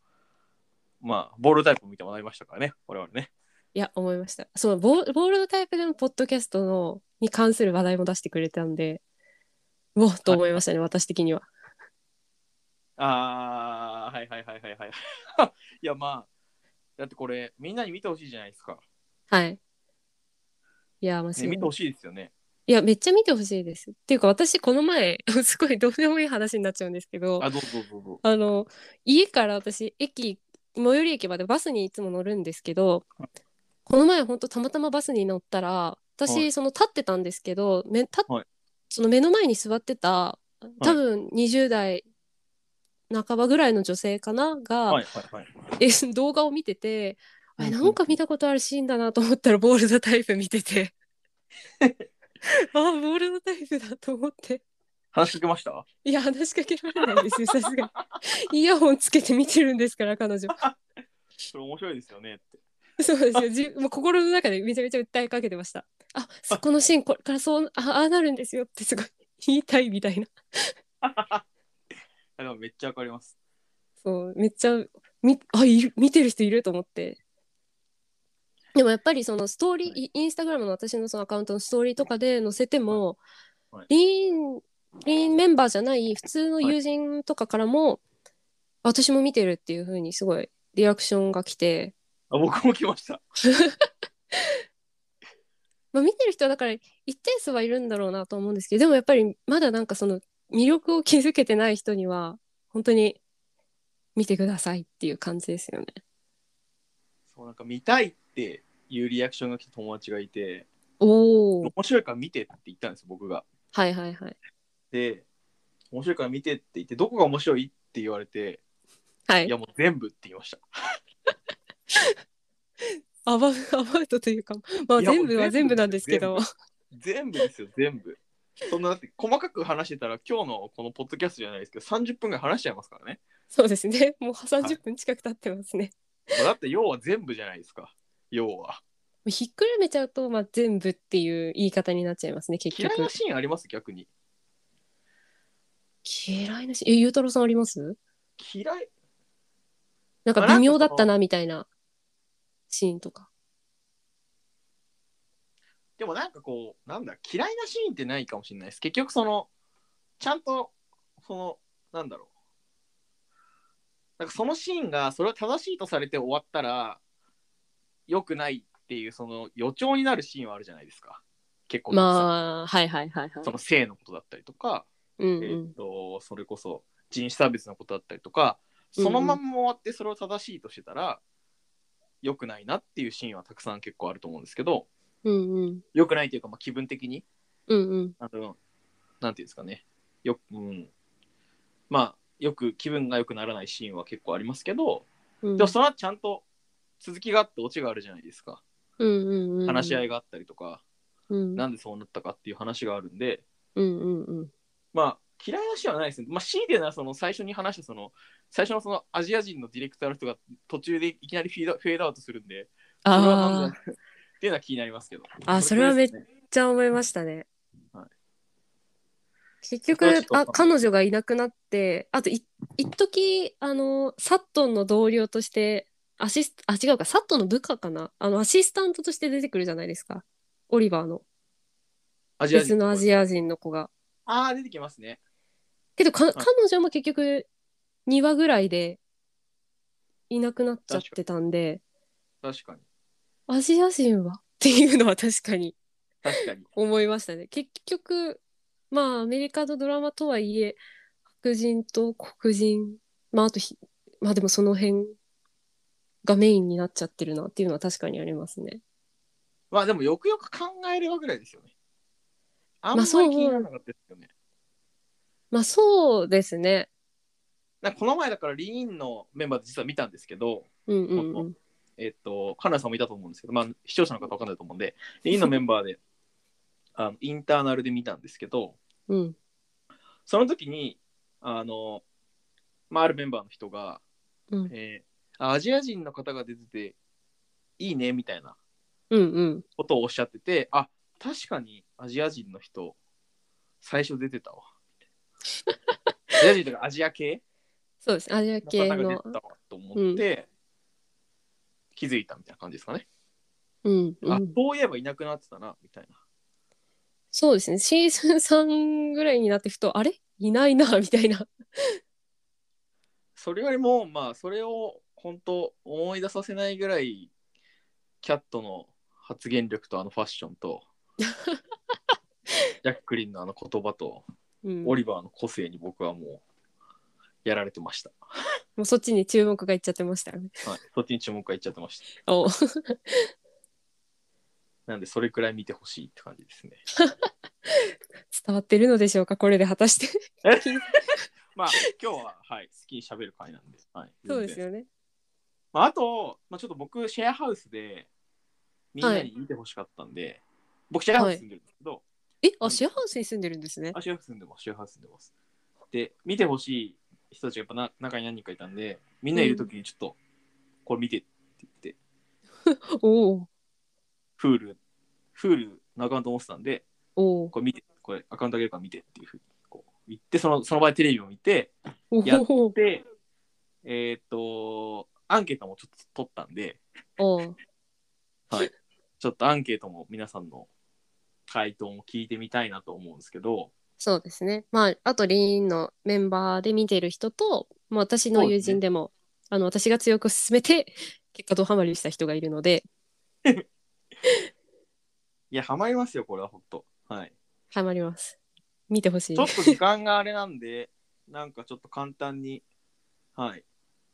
[SPEAKER 2] まあ、ボールタイプ見てもらいましたからね、我々ね。
[SPEAKER 1] いや、思いました。そう、ボーボールのタイプでも、ポッドキャストのに関する話題も出してくれたんで、うおっと思いましたね、私的には。
[SPEAKER 2] あー、はいはいはいはいはい。 いや、まあ、だってこれ、みんなに見てほしいじゃないですか。
[SPEAKER 1] はい。いや、マジ
[SPEAKER 2] ね、
[SPEAKER 1] で
[SPEAKER 2] 見てほしいですよね。
[SPEAKER 1] いや、めっちゃ見てほしいです。っていうか、私、この前、 すごいどうでもいい話になっちゃうんですけど、
[SPEAKER 2] あ、どうぞどうぞどうぞ。
[SPEAKER 1] あの、家から私、駅、最寄り駅までバスにいつも乗るんですけど、この前、ほんとたまたまバスに乗ったら、私、
[SPEAKER 2] はい
[SPEAKER 1] その立ってたんですけど、め立っ
[SPEAKER 2] はい
[SPEAKER 1] その目の前に座ってた、多分20代半ばぐらいの女性かなが、
[SPEAKER 2] はいはいはい。
[SPEAKER 1] え 動画を見てて、あれ
[SPEAKER 2] うんう
[SPEAKER 1] なんんか見たことあるシーンだなと思ったらボールのタイプ見てて あーボールのタイプだと思って
[SPEAKER 2] 話しかけました
[SPEAKER 1] いや話しかけられないですよさすがにイヤホンつけて見てるんですから彼女
[SPEAKER 2] それ面白いですよねって。
[SPEAKER 1] そうですよじもう心の中でめちゃめちゃ訴えかけてましたあそこのシーンこれからそうあああなるんですよってすごい言いたいみたいな
[SPEAKER 2] あでもめっちゃわかります。
[SPEAKER 1] そうめっちゃみあいる見てる人いると思ってでもやっぱりそのストーリー、
[SPEAKER 2] はい
[SPEAKER 1] イインスタグラムの私のそのアカウントのストーリーとかで載せても、
[SPEAKER 2] はい
[SPEAKER 1] リーンリーンメンバーじゃない普通の友人とかからも、私も見てるっていう風にすごいリアクションが来て、
[SPEAKER 2] あ僕も来ました。
[SPEAKER 1] まあ、見てる人はだから一定数はいるんだろうなと思うんですけどでもやっぱりまだなんかその魅力を気づけてない人には本当に見てくださいっていう感じですよね。
[SPEAKER 2] そうなんか見たいっていうリアクションが来た友達がいて、
[SPEAKER 1] おお
[SPEAKER 2] 面白いから見てって言ったんですよ、僕が。
[SPEAKER 1] はいはいはい。
[SPEAKER 2] で、面白いから見てって言って、どこが面白いって言われて、
[SPEAKER 1] はい
[SPEAKER 2] いやもう全部って言いました。
[SPEAKER 1] アバウアバウトというか、まあ、
[SPEAKER 2] いや
[SPEAKER 1] 全部
[SPEAKER 2] も
[SPEAKER 1] は
[SPEAKER 2] う
[SPEAKER 1] 全部なんですけど。
[SPEAKER 2] 全部ですよ、全部。そんなだって細かく話してたら今日のこのポッドキャストじゃないですけど30分ぐらい話しちゃいますからね、
[SPEAKER 1] そうですね。もう30分近く経ってますね。
[SPEAKER 2] まあだって要は全部じゃないですか要は
[SPEAKER 1] ひっくるめちゃうと、まあ、全部っていう言い方になっちゃいますね、結
[SPEAKER 2] 嫌い
[SPEAKER 1] 局
[SPEAKER 2] な。シーンあります逆に
[SPEAKER 1] 嫌いなし、え、ゆうたろうさんあります
[SPEAKER 2] 嫌い
[SPEAKER 1] なんか
[SPEAKER 2] あなんか
[SPEAKER 1] 微妙だったな、みたいなシーンとか。
[SPEAKER 2] でもなんかこうなんだ嫌いなシーンってないかもしれないです結局そのちゃんとそのなんだろうなんかそのシーンがそれを正しいとされて終わったら良くないっていうその予兆になるシーンはあるじゃないですか結構
[SPEAKER 1] まあ、はいはいはいはい
[SPEAKER 2] そ。の性のことだったりとか、
[SPEAKER 1] うんう
[SPEAKER 2] えー
[SPEAKER 1] ん
[SPEAKER 2] っ。とそれこそ人種差別のことだったりとかそのまんま終わってそれを正しいとしてたら良くないなっていうシーンはたくさん結構あると思うんですけど
[SPEAKER 1] うんうん。
[SPEAKER 2] 良くないというか、まあ、気分的に
[SPEAKER 1] うんうん。
[SPEAKER 2] あのなんていうんですかねよ,、うん、まあよく気分が良くならないシーンは結構ありますけど
[SPEAKER 1] うん
[SPEAKER 2] でもその後ちゃんと続きがあってオチがあるじゃないですか
[SPEAKER 1] うんうんうん。
[SPEAKER 2] 話し合
[SPEAKER 1] い。
[SPEAKER 2] いがあったりとか、
[SPEAKER 1] うん
[SPEAKER 2] なんでそうなったかっていう話があるんで、
[SPEAKER 1] うんうんうん。
[SPEAKER 2] まあ嫌いなシーンはないですね。まあ、強いて言うならその最初に話したその最初のそのアジア人のディレクターの人が途中でいきなりフィードフェードアウトするんで、それはなんだ
[SPEAKER 1] ああ、
[SPEAKER 2] っていうのは気になりますけど。
[SPEAKER 1] あそれはめ
[SPEAKER 2] ちゃ
[SPEAKER 1] めっちゃ思いましたね。
[SPEAKER 2] はい
[SPEAKER 1] 結
[SPEAKER 2] それ
[SPEAKER 1] 局
[SPEAKER 2] はちょっ
[SPEAKER 1] あ
[SPEAKER 2] と
[SPEAKER 1] 彼女がいなくなってあとい一時あのサットンの同僚としてアシスあ違うかサットンの部下かなあのアシスタントとして出てくるじゃないですかオリバーの
[SPEAKER 2] アジア
[SPEAKER 1] 別
[SPEAKER 2] 人
[SPEAKER 1] のアジア人の子が。
[SPEAKER 2] ああ、出てきますね。
[SPEAKER 1] けどか、
[SPEAKER 2] い
[SPEAKER 1] 彼女も結局2話ぐらいでいなくなっちゃってたんで
[SPEAKER 2] 確かに。
[SPEAKER 1] アジア人はっていうのは確かに
[SPEAKER 2] 確かに。
[SPEAKER 1] 思いましたね。結局、まあ、アメリカのドラマとはいえ、白人と黒人、まあ、あとひ、まあでもその辺がメインになっちゃってるなっていうのは確かにありますね。
[SPEAKER 2] まあでもよくよく考えればぐらいですよね。あん
[SPEAKER 1] まあ
[SPEAKER 2] まり気
[SPEAKER 1] そう
[SPEAKER 2] にならなかったですよね。
[SPEAKER 1] まあ、そうですね。
[SPEAKER 2] なんかこの前だからリーンのメンバーで実は見たんですけど、
[SPEAKER 1] うんうんうん。
[SPEAKER 2] えっと、カナダさんもいたと思うんですけど、まあ視聴者の方わかんないと思うんで、リーンのメン バーであのインターナルで見たんですけど、
[SPEAKER 1] うん。
[SPEAKER 2] その時にあの、まあ、あるメンバーの人が、
[SPEAKER 1] うん
[SPEAKER 2] えーアジア人の方が出てていいねみたいな
[SPEAKER 1] うんうん。
[SPEAKER 2] ことをおっしゃっててあ確かにアジア人の人最初出てたわアジア人とかアジア系
[SPEAKER 1] そうです。アジア
[SPEAKER 2] の
[SPEAKER 1] 系
[SPEAKER 2] 方が出て
[SPEAKER 1] の。
[SPEAKER 2] たわと思って、気づいたみたいな感じですかね、
[SPEAKER 1] うん、う
[SPEAKER 2] あ
[SPEAKER 1] ん。
[SPEAKER 2] そういえばいなくなってたなみたいな
[SPEAKER 1] そうですね。シーズン3ぐらいになってふと、あれいないな、みたいな。
[SPEAKER 2] それよりもまあそれを本当思い出させないぐらいキャットの発言力とあのファッション とジャックリンのあの言葉と
[SPEAKER 1] うん、
[SPEAKER 2] オ
[SPEAKER 1] も
[SPEAKER 2] リバーの個性に僕はもうやられてました、
[SPEAKER 1] うそっちに注目がいっちゃってましたよね。
[SPEAKER 2] はい、そっちに注目がいっちゃってました
[SPEAKER 1] お
[SPEAKER 2] なんでそれくらい見てほしいって感じ ですね
[SPEAKER 1] 伝わってるのでしょうか、これで果たして。
[SPEAKER 2] まあ今日ははい好きに喋る回なんで、はい、
[SPEAKER 1] そうです
[SPEAKER 2] よ、
[SPEAKER 1] よね。
[SPEAKER 2] まあ、あと、まあ、ちょっと僕シェアハウスでみんなに見てほしかったんで、僕シェアハウス住んでるんですけど、
[SPEAKER 1] え、あ、シェアハウスに住んでるんですね。
[SPEAKER 2] あ、シェアハウス住んでます、シェアハウス住んでます。で、見てほしい人たちがやっぱな中に何人かいたんで、みんないるときにちょっと、これ見てって言って、
[SPEAKER 1] おお。
[SPEAKER 2] フール、フールのアカウント持ってたんで、
[SPEAKER 1] お
[SPEAKER 2] これ見て、これアカウントあげるから見てっていうふうにこう言って、そのその場でテレビを見て、
[SPEAKER 1] お。
[SPEAKER 2] やっ
[SPEAKER 1] お
[SPEAKER 2] で、えーっと、アンケートもちょっと取ったんで、
[SPEAKER 1] お。
[SPEAKER 2] ちょっとアンケートも皆さんの回答も聞いてみたいなと思うんですけど、
[SPEAKER 1] そうですね。まあ、あと、リーンのメンバーで見ている人と、まあ、私の友人でも、あの、私が強く勧めて、 結果、ドハマりした人がいるので、
[SPEAKER 2] いや、ハマりますよ、これは本当はい。
[SPEAKER 1] ハマります。見てほしい
[SPEAKER 2] ちょ。っと時間があれなんで、 なんかちょっと簡単に、はい、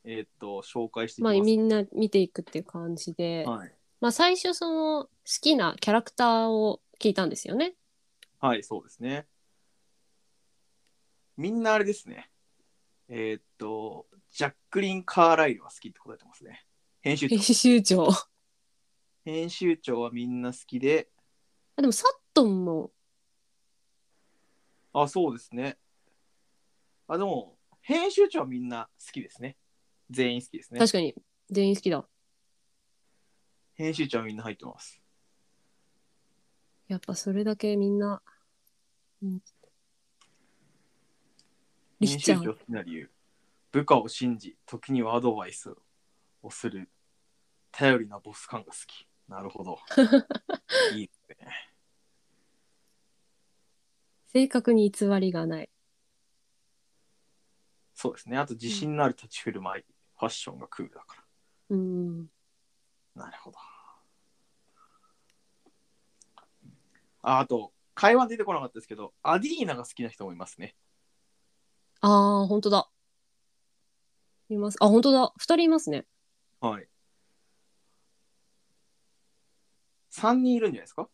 [SPEAKER 2] えーっと、紹介していき
[SPEAKER 1] ま
[SPEAKER 2] ま
[SPEAKER 1] あ、
[SPEAKER 2] す。
[SPEAKER 1] みんな見ていくっていう感じで、
[SPEAKER 2] はい、
[SPEAKER 1] まあ、最初、その、好きなキャラクターを聞いたんですよね。
[SPEAKER 2] はい、そうですね。みんなあれですね。えーっと、ジャックリン・カーライルは好きって答えてますね。編集長
[SPEAKER 1] 編。集長。
[SPEAKER 2] 編集長はみんな好きで、
[SPEAKER 1] あでも、サットンも、
[SPEAKER 2] あ、そうですね。あ、でも、編集長はみんな好きですね。全員好きですね。
[SPEAKER 1] 確かに、全員好きだ。
[SPEAKER 2] 編集長はみんな入ってます。
[SPEAKER 1] やっぱ、それだけみんな、うんリッ
[SPEAKER 2] 編
[SPEAKER 1] チ
[SPEAKER 2] 集
[SPEAKER 1] ャー
[SPEAKER 2] 長好きな理由部下を信じ時にはアドバイスをする頼りなボス感が好きなるほ どいいですね
[SPEAKER 1] 正確に偽りがない。
[SPEAKER 2] そうですねあと自信のある立ち振る舞い、ファッションがクールだか
[SPEAKER 1] うん。
[SPEAKER 2] らなるほどああと会話出てこなかったですけどアディーナが好きな人もいますね
[SPEAKER 1] ああ、本当だ。います。あ、本当だ。二人いますね。
[SPEAKER 2] はい3人いるんじゃないですか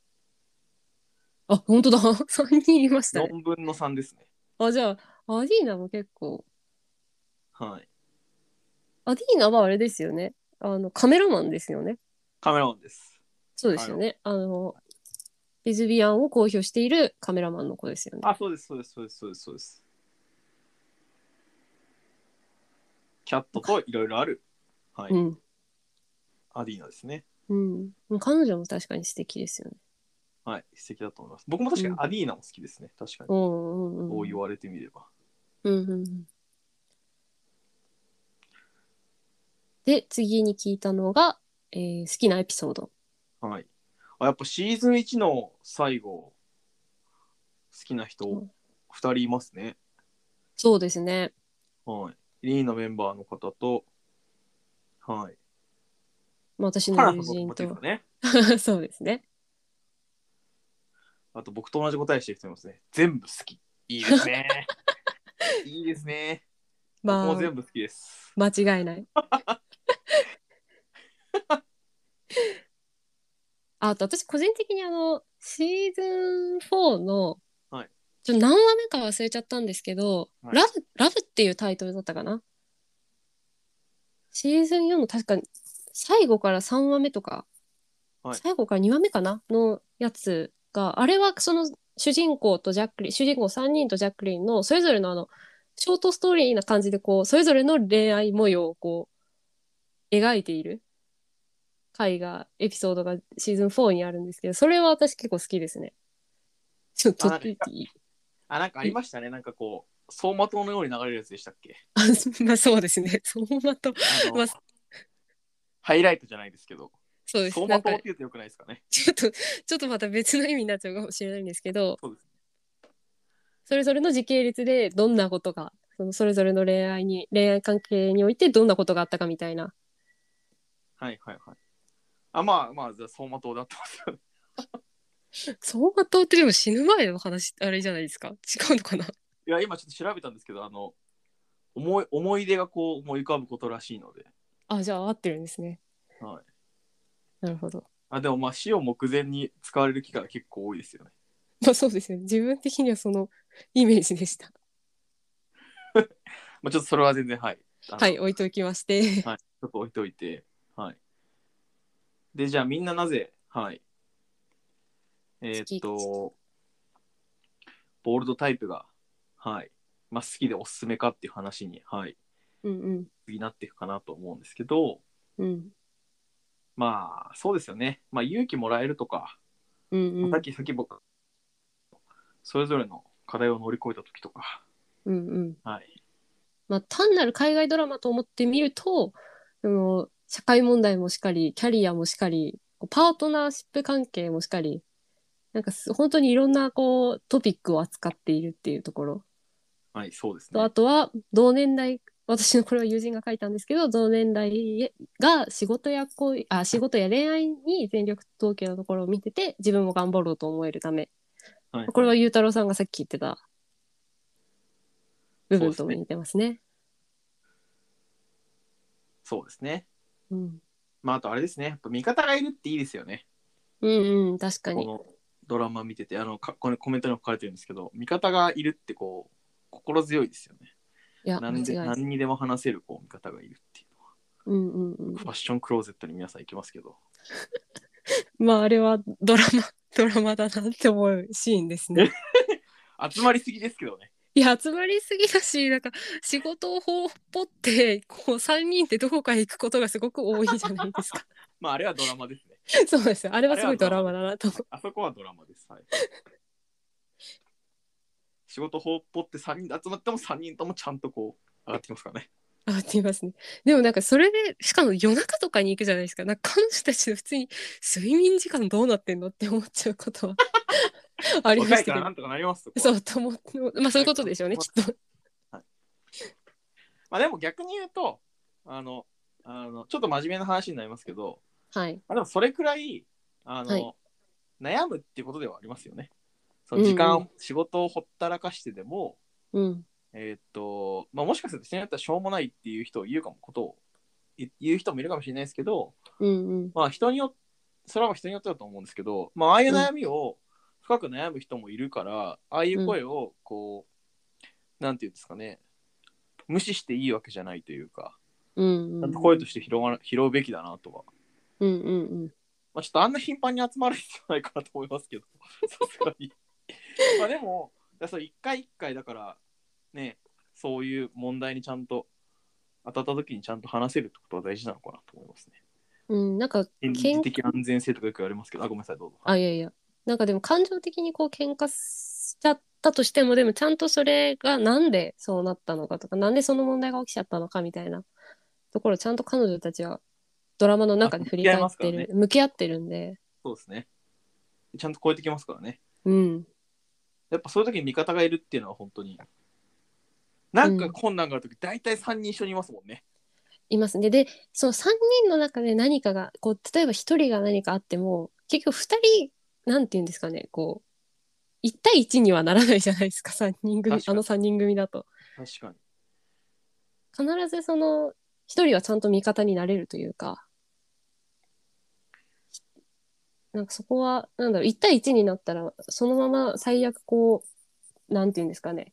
[SPEAKER 1] あ、本当だ。 三人いましたね。
[SPEAKER 2] 4分の3ですね
[SPEAKER 1] あ、じゃあ、アディーナも結構。
[SPEAKER 2] はい
[SPEAKER 1] アディーナはあれですよね。あの、カメラマンですよね。
[SPEAKER 2] カメラマンです
[SPEAKER 1] そうですよね。あの、レズビアンを公表しているカメラマンの子ですよね。
[SPEAKER 2] あ、そうです、そうです、そうです、そうです、そうです。キャットといろいろある、はい、
[SPEAKER 1] うん。
[SPEAKER 2] アディーナですね。
[SPEAKER 1] うん。彼女も確かに素敵ですよね。
[SPEAKER 2] はい、素敵だと思います。僕も確かにアディーナも好きですね。確かに。
[SPEAKER 1] うんうんうん。
[SPEAKER 2] こう言われてみれば。
[SPEAKER 1] うんうんうん。で、次に聞いたのが、えー好きなエピソード。
[SPEAKER 2] はい。あ、やっぱシーズン1の最後、好きな人
[SPEAKER 1] うん
[SPEAKER 2] 2人いますね。
[SPEAKER 1] そうですね。
[SPEAKER 2] はい。リーナメンバーの方と、はい。
[SPEAKER 1] まあ私
[SPEAKER 2] カ
[SPEAKER 1] の
[SPEAKER 2] ラさ
[SPEAKER 1] 友
[SPEAKER 2] んの
[SPEAKER 1] 人
[SPEAKER 2] 方です
[SPEAKER 1] と
[SPEAKER 2] か。ね。
[SPEAKER 1] そうですね。
[SPEAKER 2] あと僕と同じ答えしてる人いますね。全部好き。いいで すね。いいですね。
[SPEAKER 1] ま
[SPEAKER 2] も
[SPEAKER 1] あ
[SPEAKER 2] う、全部好きです。
[SPEAKER 1] 間違い ない。あと私個人的にあのシーズン4の、
[SPEAKER 2] はい
[SPEAKER 1] ちょっと何話目か忘れちゃったんですけど「
[SPEAKER 2] はい
[SPEAKER 1] ラブラブっていうタイトルだったかなシーズン4の確か最後から3話目とか、
[SPEAKER 2] はい
[SPEAKER 1] 最後から2話目かなのやつがあれはその主人公とジャックリン主人公3人とジャックリンのそれぞれのあのショートストーリーな感じでこうそれぞれの恋愛模様をこう描いている回が、エピソードがシーズン4にあるんですけど、それは私結構好きですね。ちょっと撮っていっていい
[SPEAKER 2] あ、なんかありましたね。なんかこう、走馬灯のように流れるやつでしたっけ
[SPEAKER 1] あ、そ まあそうですね。 そうまと、
[SPEAKER 2] あの
[SPEAKER 1] まあ
[SPEAKER 2] ハイライトじゃないですけど、
[SPEAKER 1] そうです。
[SPEAKER 2] 走
[SPEAKER 1] な
[SPEAKER 2] 馬
[SPEAKER 1] んか
[SPEAKER 2] 灯って、言うとよくないですかね。
[SPEAKER 1] ちょっと、ちょっとまた別の意味になっちゃうかもしれないんですけど、
[SPEAKER 2] そうです
[SPEAKER 1] それぞれの時系列でどんなことが、そのそれぞれの恋愛に、恋愛関係においてどんなことがあったかみたいな。
[SPEAKER 2] はいはいはい。あ、まあまあ、じゃあ走馬灯だったんですよね。
[SPEAKER 1] 走馬灯ってでも死ぬ前の話、あれじゃないですか。違うのかない
[SPEAKER 2] や、今ちょっと調べたんですけど、あの、思い思い出がこう思い浮かぶことらしいので。
[SPEAKER 1] あ、じゃあ合ってるんですね。
[SPEAKER 2] はい、
[SPEAKER 1] なるほど。
[SPEAKER 2] あ、でもまあ死を目前に使われる機会が結構多いですよね。
[SPEAKER 1] まあそうですね。自分的にはそのイメージでした。
[SPEAKER 2] まあちょっとそれは全然はい。あの
[SPEAKER 1] はい、置いておきまして。
[SPEAKER 2] はい、ちょっと置いといて、はい。で、じゃあみんななぜ、はい。えーっと、ボールドタイプが、はい。まあ、好きでおすすめかっていう話に、はい。
[SPEAKER 1] うん
[SPEAKER 2] 次なっていくかなと思うんですけど、
[SPEAKER 1] うん。うん。
[SPEAKER 2] まあ、そうですよね。まあ、勇気もらえるとか、
[SPEAKER 1] うんうん
[SPEAKER 2] さっ。き、さっき僕、それぞれの課題を乗り越えた時とか、
[SPEAKER 1] うんうん。
[SPEAKER 2] はい。
[SPEAKER 1] まあ単なる海外ドラマと思ってみると、あの社会問題もしかり、キャリアもしかり、こうパートナーシップ関係もしかり、なんかす本当にいろんなこうトピックを扱っているっていうところ。
[SPEAKER 2] はい、そうです
[SPEAKER 1] とあ
[SPEAKER 2] ね。
[SPEAKER 1] とは同年代私のこれは友人が書いたんですけど同年代が仕事や恋あ仕事や恋愛に全力投球のところを見てて自分も頑張ろうと思えるため
[SPEAKER 2] はい、
[SPEAKER 1] これはゆうたろうさんがさっき言ってた部分とも似てますね。
[SPEAKER 2] そうですね。
[SPEAKER 1] うん
[SPEAKER 2] まあ、あとあれですね。やっぱ味方がいるっていいですよね。
[SPEAKER 1] うんうん確か
[SPEAKER 2] こ
[SPEAKER 1] に。
[SPEAKER 2] のドラマ見ててあのかこれコメントにも書かれてるんですけど味方がいるってこう心強いですよね
[SPEAKER 1] いや間違
[SPEAKER 2] 何
[SPEAKER 1] い
[SPEAKER 2] で
[SPEAKER 1] ない。
[SPEAKER 2] 何にでも話せるこう味方がいるっていうのは
[SPEAKER 1] うんうんうん
[SPEAKER 2] ファッションクローゼットに皆さん行きますけど
[SPEAKER 1] まああれはドラマ ドラマだなって思うシーンですね。
[SPEAKER 2] 集まりすぎですけどね
[SPEAKER 1] いや集まりすぎだしなんか仕事をほっぽってこう3人でどこかへ行くことがすごく多いじゃないです か。
[SPEAKER 2] まああれはドラマですね
[SPEAKER 1] そうですよあれはすごいドラマだなと思う。
[SPEAKER 2] あそこはドラマですはい仕事放っぽって3人で集まっても3人ともちゃんとこう上がってきますからね
[SPEAKER 1] あって言いますね。でもなんかそれで、しかも夜中とかに行くじゃないですか。なんか彼女たちの普通に睡眠時間どうなってんのって思っちゃうことは ありま
[SPEAKER 2] 若
[SPEAKER 1] した
[SPEAKER 2] いか
[SPEAKER 1] け
[SPEAKER 2] ら
[SPEAKER 1] ど
[SPEAKER 2] な。んとかなりますとこは
[SPEAKER 1] そう、と思って、まあそういうことでしょうね、きっと。
[SPEAKER 2] まあでも逆に言うとあのあのちょっと真面目な話になりますけど、
[SPEAKER 1] はい。
[SPEAKER 2] まあ、でもそれくらいあの、
[SPEAKER 1] はい
[SPEAKER 2] 悩むっていうことではありますよね。そ
[SPEAKER 1] うん
[SPEAKER 2] の
[SPEAKER 1] うん
[SPEAKER 2] 時間、仕事をほったらかしてでも、
[SPEAKER 1] うん。
[SPEAKER 2] えーっとまあ、もしかすると人によってはしょうもないっていう人を言うかもことをい言う人もいるかもしれないですけど、
[SPEAKER 1] うんうん。
[SPEAKER 2] まあ、人によそれは人によってだと思うんですけど、まあ、ああいう悩みを深く悩む人もいるから、ああいう声をこう、なんていうんですかね無視していいわけじゃないというか、
[SPEAKER 1] うん、う
[SPEAKER 2] ちゃん
[SPEAKER 1] ん。
[SPEAKER 2] と声として拾わな拾うべきだなとは
[SPEAKER 1] うんうんうん。
[SPEAKER 2] まあ、ちょっとあんな頻繁に集まる必要ないかなと思いますけど、 さすがに。まあでも、いやそう一回一回だから、ね、そういう問題にちゃんと当たった時にちゃんと話せるってことは大事なのかなと思いますね。
[SPEAKER 1] うん、なんか、
[SPEAKER 2] 倫
[SPEAKER 1] けん
[SPEAKER 2] 理的安全性とかよく言われますけど、あ、ごめんなさい、どうぞ。
[SPEAKER 1] あ、いやいや。なんかでも感情的にこう喧嘩しちゃったとしても、でもちゃんとそれがなんでそうなったのかとか、なんでその問題が起きちゃったのかみたいなところをちゃんと彼女たちはドラマの中で振り返って
[SPEAKER 2] 向き合います
[SPEAKER 1] る、向き合ってるんで、
[SPEAKER 2] そうですね。ちゃんと超えてきますからね。
[SPEAKER 1] うん。
[SPEAKER 2] やっぱそういう時に味方がいるっていうのは本当に。なんか困難がある時、大体3人一緒にいますもんね。
[SPEAKER 1] いますね。で、その3人の中で何かが、こう、例えば1人が何かあっても、結局2人、なんていうんですかね、こう、1対1にはならないじゃないですか、3人組、
[SPEAKER 2] 確か
[SPEAKER 1] あ
[SPEAKER 2] に
[SPEAKER 1] の3人組だと。
[SPEAKER 2] 確かに。
[SPEAKER 1] 必ずその一人はちゃんと味方になれるというかなんかそこはなんだろう1対1になったらそのまま最悪こうなんていうんですかね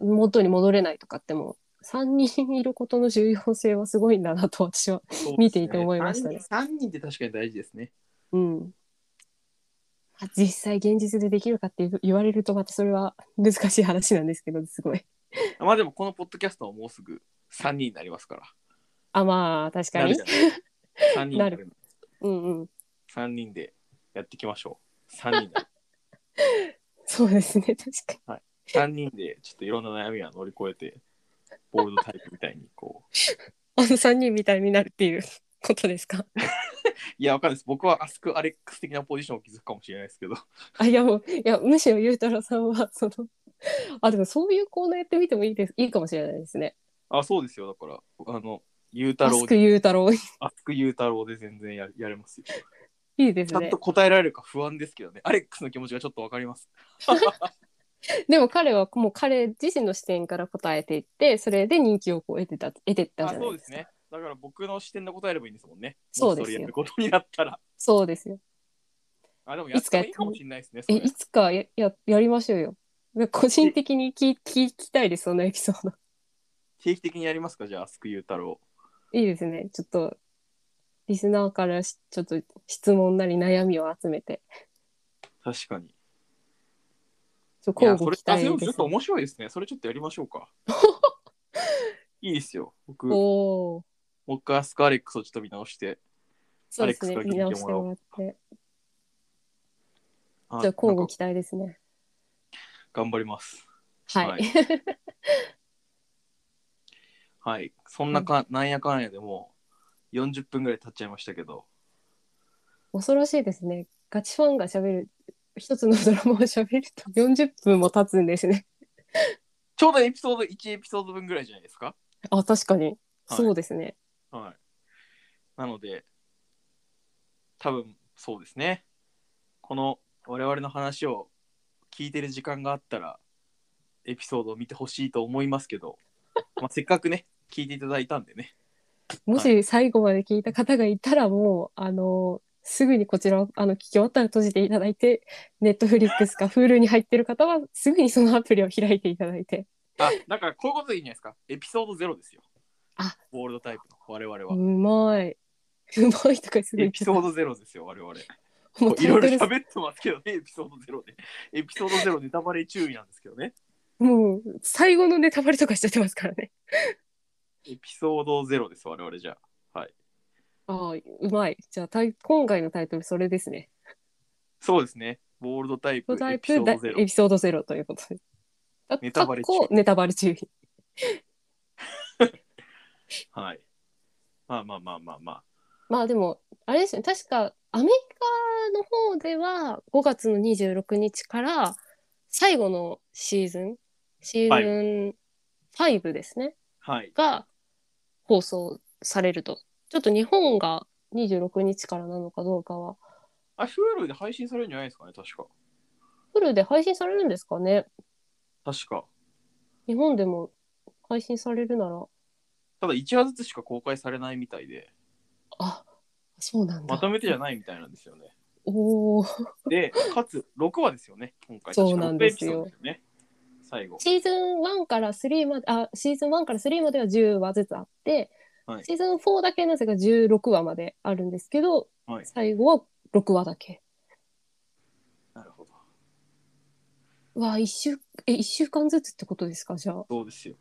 [SPEAKER 1] 元に戻れないとかっても3人いることの重要性はすごいんだなと私は見ていて思いましたね
[SPEAKER 2] 3人って確かに大事ですね。
[SPEAKER 1] うんまあ実際現実でできるかって言われるとまたそれは難しい話なんですけどすごい
[SPEAKER 2] まあでもこのポッドキャストはもうすぐ3人になりますから。
[SPEAKER 1] あまあ確か
[SPEAKER 2] なる
[SPEAKER 1] に
[SPEAKER 2] じゃない3人
[SPEAKER 1] なるうんうん。
[SPEAKER 2] 三人でやっていきましょう。3人 だ
[SPEAKER 1] そうですね、確かに。
[SPEAKER 2] 三人でちょっといろんな悩みは乗り越えて、ボールドタイプみたいにこう。
[SPEAKER 1] あ の3人みたいになるっていうことですか
[SPEAKER 2] いや、わかんないです。僕はアスク・アレックス的なポジションを築くかもしれないですけど。
[SPEAKER 1] あいやもういやむしろゆうたろうさんはその あでもそういうコーナーやってみてもいいですいいかもしれないですね。
[SPEAKER 2] あ、そうですよ。だから、あの、ゆうた
[SPEAKER 1] ア
[SPEAKER 2] ろ
[SPEAKER 1] ス
[SPEAKER 2] う
[SPEAKER 1] ク
[SPEAKER 2] で、
[SPEAKER 1] ゆうたろ うい
[SPEAKER 2] アスク・ゆうたろうで全然ややれますよ。
[SPEAKER 1] いです
[SPEAKER 2] ちゃん
[SPEAKER 1] ね
[SPEAKER 2] と。答えられるか不安ですけどね。アレックスの気持ちがちょっとわかります。
[SPEAKER 1] でも彼はもう彼自身の視点から答えていってそれで人気をこう得てた得てった
[SPEAKER 2] あ、
[SPEAKER 1] じゃな
[SPEAKER 2] そう
[SPEAKER 1] い
[SPEAKER 2] で
[SPEAKER 1] ですすか。
[SPEAKER 2] ね。だから僕の視点で答えればいいんですもんね。
[SPEAKER 1] そうですよ
[SPEAKER 2] もしれやることになったら。
[SPEAKER 1] そうですよ。
[SPEAKER 2] あ、でもやってもいいかもしれないですね。そ
[SPEAKER 1] え
[SPEAKER 2] れ
[SPEAKER 1] いつかやややりましょうよ。で個人的に聞聞きたいですそのエピソード。
[SPEAKER 2] 定期的にやりますかじゃあ、アスク・ゆうたろう。
[SPEAKER 1] いいですねちょっとリスナーからしちょっと質問なり悩みを集めて
[SPEAKER 2] 確かに。
[SPEAKER 1] ちょっ
[SPEAKER 2] い
[SPEAKER 1] と
[SPEAKER 2] や
[SPEAKER 1] 交
[SPEAKER 2] そ
[SPEAKER 1] 互期
[SPEAKER 2] れ
[SPEAKER 1] 待
[SPEAKER 2] あそれも
[SPEAKER 1] で
[SPEAKER 2] ちょっ
[SPEAKER 1] す
[SPEAKER 2] と
[SPEAKER 1] ね。
[SPEAKER 2] 面白いですね。それちょっとやりましょ うか。いいですよ。僕、も
[SPEAKER 1] おー
[SPEAKER 2] う一回アスカアレックスをちょっと見直して。
[SPEAKER 1] そうですね
[SPEAKER 2] アレックスが聞い
[SPEAKER 1] 見
[SPEAKER 2] てもらおう
[SPEAKER 1] 直してもらって。
[SPEAKER 2] あ
[SPEAKER 1] じゃあ交
[SPEAKER 2] な
[SPEAKER 1] 互
[SPEAKER 2] んか
[SPEAKER 1] 期待ですね。
[SPEAKER 2] 頑張ります。
[SPEAKER 1] はい。
[SPEAKER 2] はいはい。そんなか、なんやかんやでもう40分ぐらい経っちゃいましたけど。
[SPEAKER 1] 恐ろしいですね。ガチファンが喋る、一つのドラマを喋る と40分も経つんですね。
[SPEAKER 2] ちょうどエピソード1エピソード分ぐらいじゃないですか。
[SPEAKER 1] あ、確かに。
[SPEAKER 2] はい
[SPEAKER 1] そうですね。
[SPEAKER 2] はい。なので、多分そうですね。この我々の話を聞いてる時間があったら、エピソードを見てほしいと思いますけ ど、まあ、せっかくね、聞いていただいたんでね。
[SPEAKER 1] もし最後まで聞いた方がいたらもう、あの、すぐにこちらを、あの、聞き終わったら閉じていただいて、ネットフリックスか Hulu に入ってる方は、すぐにそのアプリを開いていただいて。
[SPEAKER 2] あ、だからこういうことでいいんじゃないですか。エピソードゼロですよ。
[SPEAKER 1] あ
[SPEAKER 2] ゴールドタイプの我々
[SPEAKER 1] う
[SPEAKER 2] は。
[SPEAKER 1] まい。うまいとかすぐ
[SPEAKER 2] エ
[SPEAKER 1] 言っ
[SPEAKER 2] ピ
[SPEAKER 1] て
[SPEAKER 2] ソ
[SPEAKER 1] た。
[SPEAKER 2] ードゼロですよ、我々。
[SPEAKER 1] もう
[SPEAKER 2] いろいろ
[SPEAKER 1] タイトル
[SPEAKER 2] 喋ってますけどね、エピソードゼロで。エピソードゼロネタバレ注意なんですけどね。
[SPEAKER 1] もう、最後のネタバレとかしちゃってますからね。
[SPEAKER 2] エピソードゼロです、我々じゃあ。はい。
[SPEAKER 1] ああ、うまい。じゃあタイ、今回のタイトル、それですね。
[SPEAKER 2] そうですね。ボールドタイプ、
[SPEAKER 1] タ
[SPEAKER 2] エ
[SPEAKER 1] イ
[SPEAKER 2] ピソ
[SPEAKER 1] プ
[SPEAKER 2] ー
[SPEAKER 1] だ
[SPEAKER 2] ドゼロ
[SPEAKER 1] エ。ピソードゼロということで。だ
[SPEAKER 2] ネタバレ注意
[SPEAKER 1] かっこネタバレ注意。
[SPEAKER 2] はい。まあまあまあまあまあ。
[SPEAKER 1] まあでも、あれですね、確かアメリカの方では5月の26日から最後のシーズン、シーズン5ですね、
[SPEAKER 2] はい。
[SPEAKER 1] が放送されると。ちょっと日本が26日からなのかどうかは。
[SPEAKER 2] あ、Hulu で配信されるんじゃないですかね、確か。
[SPEAKER 1] フルで配信されるんですかね
[SPEAKER 2] 確か。
[SPEAKER 1] 日本でも配信されるなら。
[SPEAKER 2] ただ1話ずつしか公開されないみたいで、
[SPEAKER 1] あ、そうなんだ。
[SPEAKER 2] まとめてじゃないみたいなんです よね。
[SPEAKER 1] おお。
[SPEAKER 2] で、かつ6話ですよね、今回。
[SPEAKER 1] そうなんですよ
[SPEAKER 2] 確か六エピソードですよね。最後。
[SPEAKER 1] シーズン1から3まで、あ、シーズン1から3までは10話ずつあって、
[SPEAKER 2] はい
[SPEAKER 1] シーズン4だけなぜか16話まであるんですけど、
[SPEAKER 2] はい。
[SPEAKER 1] 最後は6話だけ。
[SPEAKER 2] なるほど。
[SPEAKER 1] うわ、一週、え、一週間ずつってことですか、じゃあ。
[SPEAKER 2] そうですよ。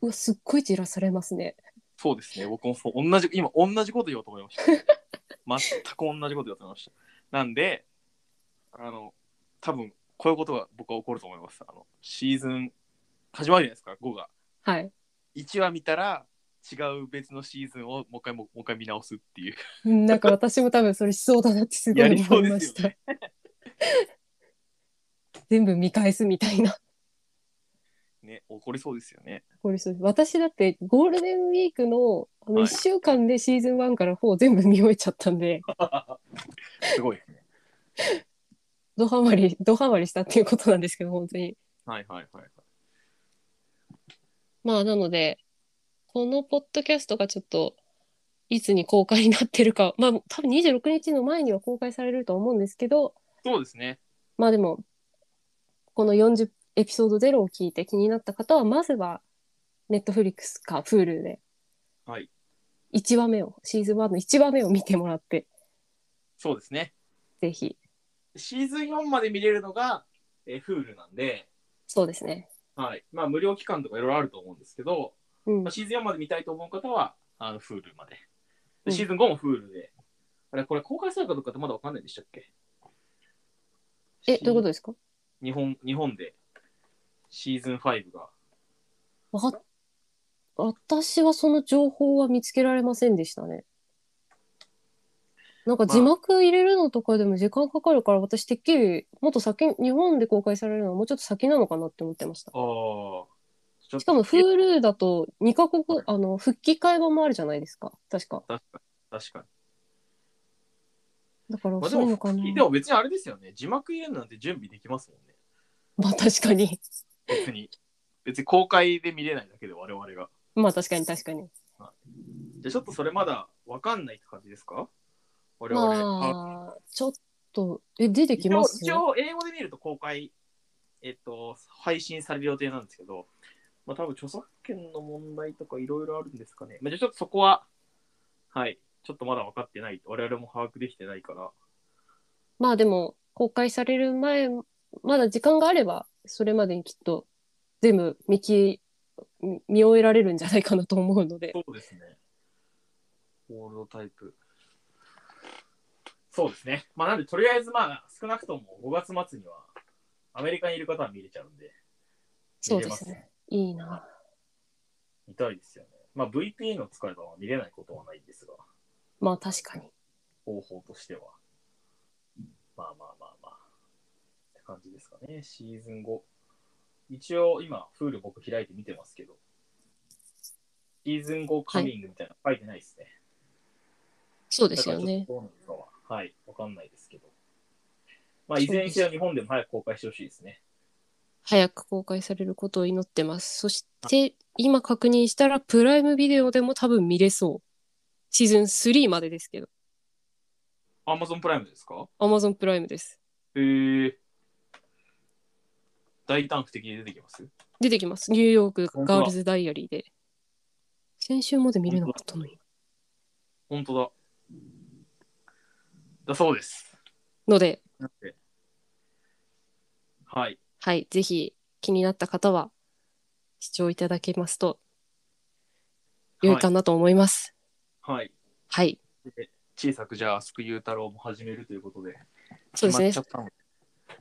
[SPEAKER 1] うわ、すっごい散らされますね。
[SPEAKER 2] そうですね、僕もそう同じ、今、同じこと言おうと思い ました。全く同じこと言おうと思いました。なんで、あの、多分こういうことが僕は起こると思います。あの、シーズン、始まるじゃないですか、5が。
[SPEAKER 1] はい。
[SPEAKER 2] 1話見たら違う別のシーズンをもう一回ももう一回見直すっていう
[SPEAKER 1] なんか私も多分それしそうだなってすごい
[SPEAKER 2] やりそ
[SPEAKER 1] 思
[SPEAKER 2] う
[SPEAKER 1] い
[SPEAKER 2] で
[SPEAKER 1] ますし
[SPEAKER 2] よ
[SPEAKER 1] た。 全部見返すみたいな。
[SPEAKER 2] ね起こりそうですよね
[SPEAKER 1] これそう私だってゴールデンウィークのあの
[SPEAKER 2] はい
[SPEAKER 1] 1週間でシーズン1から4全部見終えちゃったん で、
[SPEAKER 2] すごいですね
[SPEAKER 1] ドハマり、ドハマりしたっていうことなんですけど、本当に。
[SPEAKER 2] はいはいはいはい
[SPEAKER 1] まあ、なので、このポッドキャストがちょっと、いつに公開になってるか、まあ、多分26日の前には公開されると思うんですけど、
[SPEAKER 2] そうですね
[SPEAKER 1] まあでも、この40エピソード0を聞いて気になった方は、まずは、ネットフリックスか Hulu で
[SPEAKER 2] はい
[SPEAKER 1] 1話目を、シーズン1の1話目を見てもらって、
[SPEAKER 2] そうですね
[SPEAKER 1] ぜひ、
[SPEAKER 2] シーズン4まで見れるのが、えー、Hulu なんで、
[SPEAKER 1] そうですね。
[SPEAKER 2] はいまあ、無料期間とかいろいろあると思うんですけど、
[SPEAKER 1] うん
[SPEAKER 2] まあ、、シーズン4まで見たいと思う方はあの Hulu まで
[SPEAKER 1] う
[SPEAKER 2] で
[SPEAKER 1] ん
[SPEAKER 2] シーズン5もフールで。あれ、これ公開されたかどうかってまだわかんないでしたっけ
[SPEAKER 1] え、どういうこと
[SPEAKER 2] と
[SPEAKER 1] ですか
[SPEAKER 2] 日本日本でシーズン5が。
[SPEAKER 1] わかっ私はその情報は見つけられませんでしたね。なんか
[SPEAKER 2] まあ
[SPEAKER 1] 字幕入れるのとかでも時間かかるから、私てっきりもっと先、日本で公開されるのはもうちょっと先なのかなって思ってました。
[SPEAKER 2] ああ。
[SPEAKER 1] しかも
[SPEAKER 2] ール
[SPEAKER 1] Hulu だと2カ国、あの、復帰会話もあるじゃないですか。確か。
[SPEAKER 2] 確かに。確かに。
[SPEAKER 1] だから
[SPEAKER 2] まあ、で
[SPEAKER 1] 遅いの
[SPEAKER 2] も
[SPEAKER 1] かな。
[SPEAKER 2] でも別にあれですよね。字幕入れるなんて準備できますもんね。
[SPEAKER 1] まあ確かに。
[SPEAKER 2] 別に。別に公開で見れないだけで我々が。
[SPEAKER 1] まあ確かに確かに。
[SPEAKER 2] じゃあちょっとそれまだわかんないって感じですか我々。あ
[SPEAKER 1] まあ、ちょっと、え、出てき
[SPEAKER 2] 一
[SPEAKER 1] ま
[SPEAKER 2] 応
[SPEAKER 1] す
[SPEAKER 2] 一応英語で見ると公開、えっと、配信される予定なんですけど、まあ多分著作権の問題とかいろいろあるんですかね。まあ、じゃあちょっとそこは、はい、ちょっとまだ分かってない。我々も把握できてないから。
[SPEAKER 1] まあでも公開される前まだ時間があればそれまでにきっと全部見き見見終えられるんじゃないかなと思うので
[SPEAKER 2] そうですね。オールドタイプ。そうですね。まあ、なんで、とりあえず、まあ、少なくとも5月末には、アメリカにいる方は見れちゃうんで、
[SPEAKER 1] そう
[SPEAKER 2] 見れ
[SPEAKER 1] で
[SPEAKER 2] ます
[SPEAKER 1] ねいいな
[SPEAKER 2] 見たいですよね。まあ、VPN を使えば見れないことはないんですが、
[SPEAKER 1] まあ確かに
[SPEAKER 2] 方法としては。まあまあまあまあ。って感じですかね。シーズン5。一応、今、フール僕開いて見てますけど、シーズン5カミングみたいなの書いてないですね。
[SPEAKER 1] そうで
[SPEAKER 2] だ
[SPEAKER 1] す
[SPEAKER 2] から
[SPEAKER 1] よ
[SPEAKER 2] ちょっ
[SPEAKER 1] ね
[SPEAKER 2] とどうなるかは、はい、わかんないですけど。まあ、いずれにせよ日本でも早く公開してほしいですね。
[SPEAKER 1] 早く公開されることを祈ってますそして今確認したらプライムビデオでも多分見れそうシーズン3までですけど
[SPEAKER 2] アマゾンプライムですか
[SPEAKER 1] Amazon プライムです
[SPEAKER 2] へえ。大胆不敵で出てきます
[SPEAKER 1] 出てきますニューヨークガールズダイアリーで先週まで見れなかったのに
[SPEAKER 2] 本当だ。だそうです。
[SPEAKER 1] ので
[SPEAKER 2] なんではい。
[SPEAKER 1] はい、ぜひ気になった方は視聴いただけますと良いかなと思います。
[SPEAKER 2] はい。
[SPEAKER 1] はい、
[SPEAKER 2] 小さくじゃあ、スクユー太郎も始めるということで、
[SPEAKER 1] そうですね。
[SPEAKER 2] 決
[SPEAKER 1] そ
[SPEAKER 2] まっ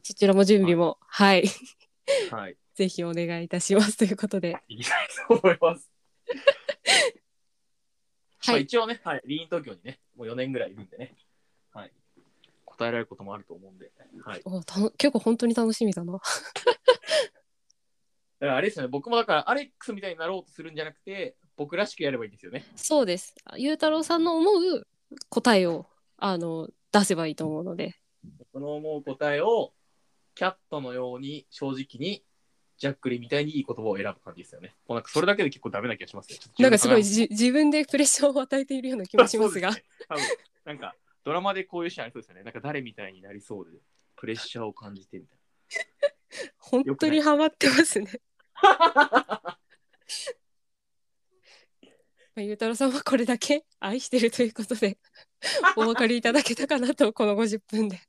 [SPEAKER 2] ちゃっ
[SPEAKER 1] ちらも準備も、はい、
[SPEAKER 2] たので、はい。
[SPEAKER 1] ぜひお願いいたしますということで、
[SPEAKER 2] いきたいと思います。ま
[SPEAKER 1] は
[SPEAKER 2] あ
[SPEAKER 1] い、
[SPEAKER 2] 一応ね、はい、リーン東京にね、もう4年ぐらいいるんでね、はい、答えられることもあると思うんで、はい、だ
[SPEAKER 1] おたの結構本当に楽しみだな。
[SPEAKER 2] からあれですよね、僕もだからアレックスみたいになろうとするんじゃなくて、僕らしくやればいいんですよね。
[SPEAKER 1] そうです。ゆうたろうさんの思う答えをあの出せばいいと思うので、
[SPEAKER 2] この思う答えを、キャットのように正直に、ジャックリみたいにいい言葉を選ぶ感じですよね。もうなんかそれだけで結構ダメな気がしますね。ちょっと
[SPEAKER 1] なんかすごい
[SPEAKER 2] 自
[SPEAKER 1] じ自分でプレッシャーを与えているような気
[SPEAKER 2] 分
[SPEAKER 1] も
[SPEAKER 2] の
[SPEAKER 1] しますが、
[SPEAKER 2] そうですね多分なんかドラマでこういうシーンありそうですよね。なんか誰みたいになりそうで、プレッシャーを感じてみたいな。
[SPEAKER 1] 本当にハマってます ね。まあゆうたろうさんはこれだけ愛してるということ でお分かりいただけたかなとこの50分で、
[SPEAKER 2] い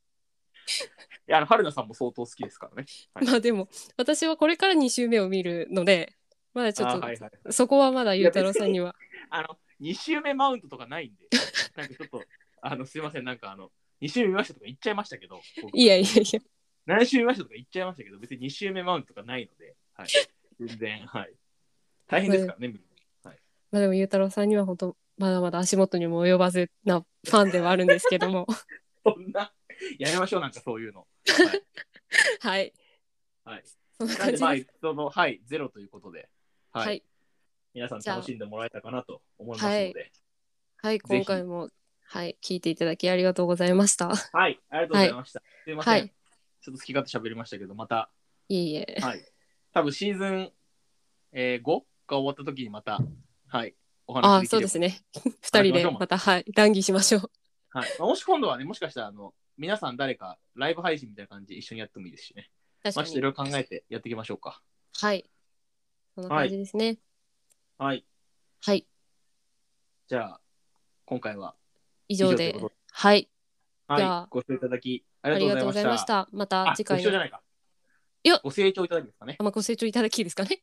[SPEAKER 2] や、あの春菜さんも相当好きですからね。はい
[SPEAKER 1] まあでも私はこれから2週目を見るのでまだちょっ
[SPEAKER 2] あ
[SPEAKER 1] と、
[SPEAKER 2] ーはいはい
[SPEAKER 1] そこはまだゆうたろうさんには
[SPEAKER 2] あの、2周目マウントとかないんで、なんかちょっと、あの、すいません、なんかあの、2周目見ましたとか言っちゃいましたけど、僕
[SPEAKER 1] いやいやいや
[SPEAKER 2] 何周目見ましたとか言っちゃいましたけど、別に2周目マウントとかないので、はい。全然、はい。大変ですからね、
[SPEAKER 1] まあでもゆうたろうさんには本当まだまだ足元にも及ばずなファンではあるんですけ ども
[SPEAKER 2] そんな、やめましょう、なんかそういうの。は
[SPEAKER 1] は
[SPEAKER 2] い。
[SPEAKER 1] い
[SPEAKER 2] はい、
[SPEAKER 1] そんな
[SPEAKER 2] なん
[SPEAKER 1] 感
[SPEAKER 2] で、
[SPEAKER 1] じ
[SPEAKER 2] まあ
[SPEAKER 1] です、、
[SPEAKER 2] その、はい、ゼロということで、はい。
[SPEAKER 1] はい、
[SPEAKER 2] 皆さん
[SPEAKER 1] じゃあ
[SPEAKER 2] 楽しんでもらえたかなと思いますので、
[SPEAKER 1] はい、今回もはい聞いていただきありがとうございました
[SPEAKER 2] はい、ありがとうございました。すいません、
[SPEAKER 1] はい
[SPEAKER 2] ちょっと好き勝手喋りましたけど、また、
[SPEAKER 1] いえいえ
[SPEAKER 2] はい。多分シーズン、えー、5が終わった時にまた、はい、お
[SPEAKER 1] あ
[SPEAKER 2] 話
[SPEAKER 1] あ
[SPEAKER 2] できれ
[SPEAKER 1] そ
[SPEAKER 2] ば
[SPEAKER 1] うです。 ね二人でまたはい談義しましょう
[SPEAKER 2] はい。まあもし今度はね、もしかしたら、あの、皆さん誰かライブ配信みたいな感じで一緒にやってもいいですしね。
[SPEAKER 1] 確か
[SPEAKER 2] まあ、ちょっとい
[SPEAKER 1] に
[SPEAKER 2] ろいろ考えてやっていきましょうか。
[SPEAKER 1] はいそんな感じですね
[SPEAKER 2] はい。
[SPEAKER 1] はい
[SPEAKER 2] じゃあ、今回は
[SPEAKER 1] 以上
[SPEAKER 2] 以上
[SPEAKER 1] で
[SPEAKER 2] ということ。
[SPEAKER 1] はい。じゃ
[SPEAKER 2] は
[SPEAKER 1] あ
[SPEAKER 2] い。ご視聴いただきあ
[SPEAKER 1] あ
[SPEAKER 2] り
[SPEAKER 1] り
[SPEAKER 2] が
[SPEAKER 1] がとうご
[SPEAKER 2] とうござ
[SPEAKER 1] ざ
[SPEAKER 2] い
[SPEAKER 1] い
[SPEAKER 2] ま
[SPEAKER 1] ま
[SPEAKER 2] し。
[SPEAKER 1] したた。また
[SPEAKER 2] あ、
[SPEAKER 1] 次
[SPEAKER 2] ご視
[SPEAKER 1] 回
[SPEAKER 2] 聴じゃ
[SPEAKER 1] の。
[SPEAKER 2] ないか。
[SPEAKER 1] いや
[SPEAKER 2] ご清聴いただきですかね。
[SPEAKER 1] まあ、ご清聴いただきですかね。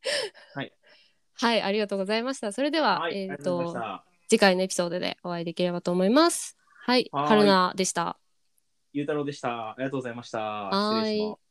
[SPEAKER 2] はい。
[SPEAKER 1] はい、ありがとうございました。それでは、
[SPEAKER 2] はい。あ
[SPEAKER 1] え
[SPEAKER 2] り
[SPEAKER 1] っ、
[SPEAKER 2] がとうございまし
[SPEAKER 1] と、
[SPEAKER 2] た。
[SPEAKER 1] 次回のエピソードでお会いできればと思います。はい、
[SPEAKER 2] はーい
[SPEAKER 1] 春菜でした。
[SPEAKER 2] ゆうたろうでした。ありがとうございました。
[SPEAKER 1] はーい
[SPEAKER 2] 失礼します。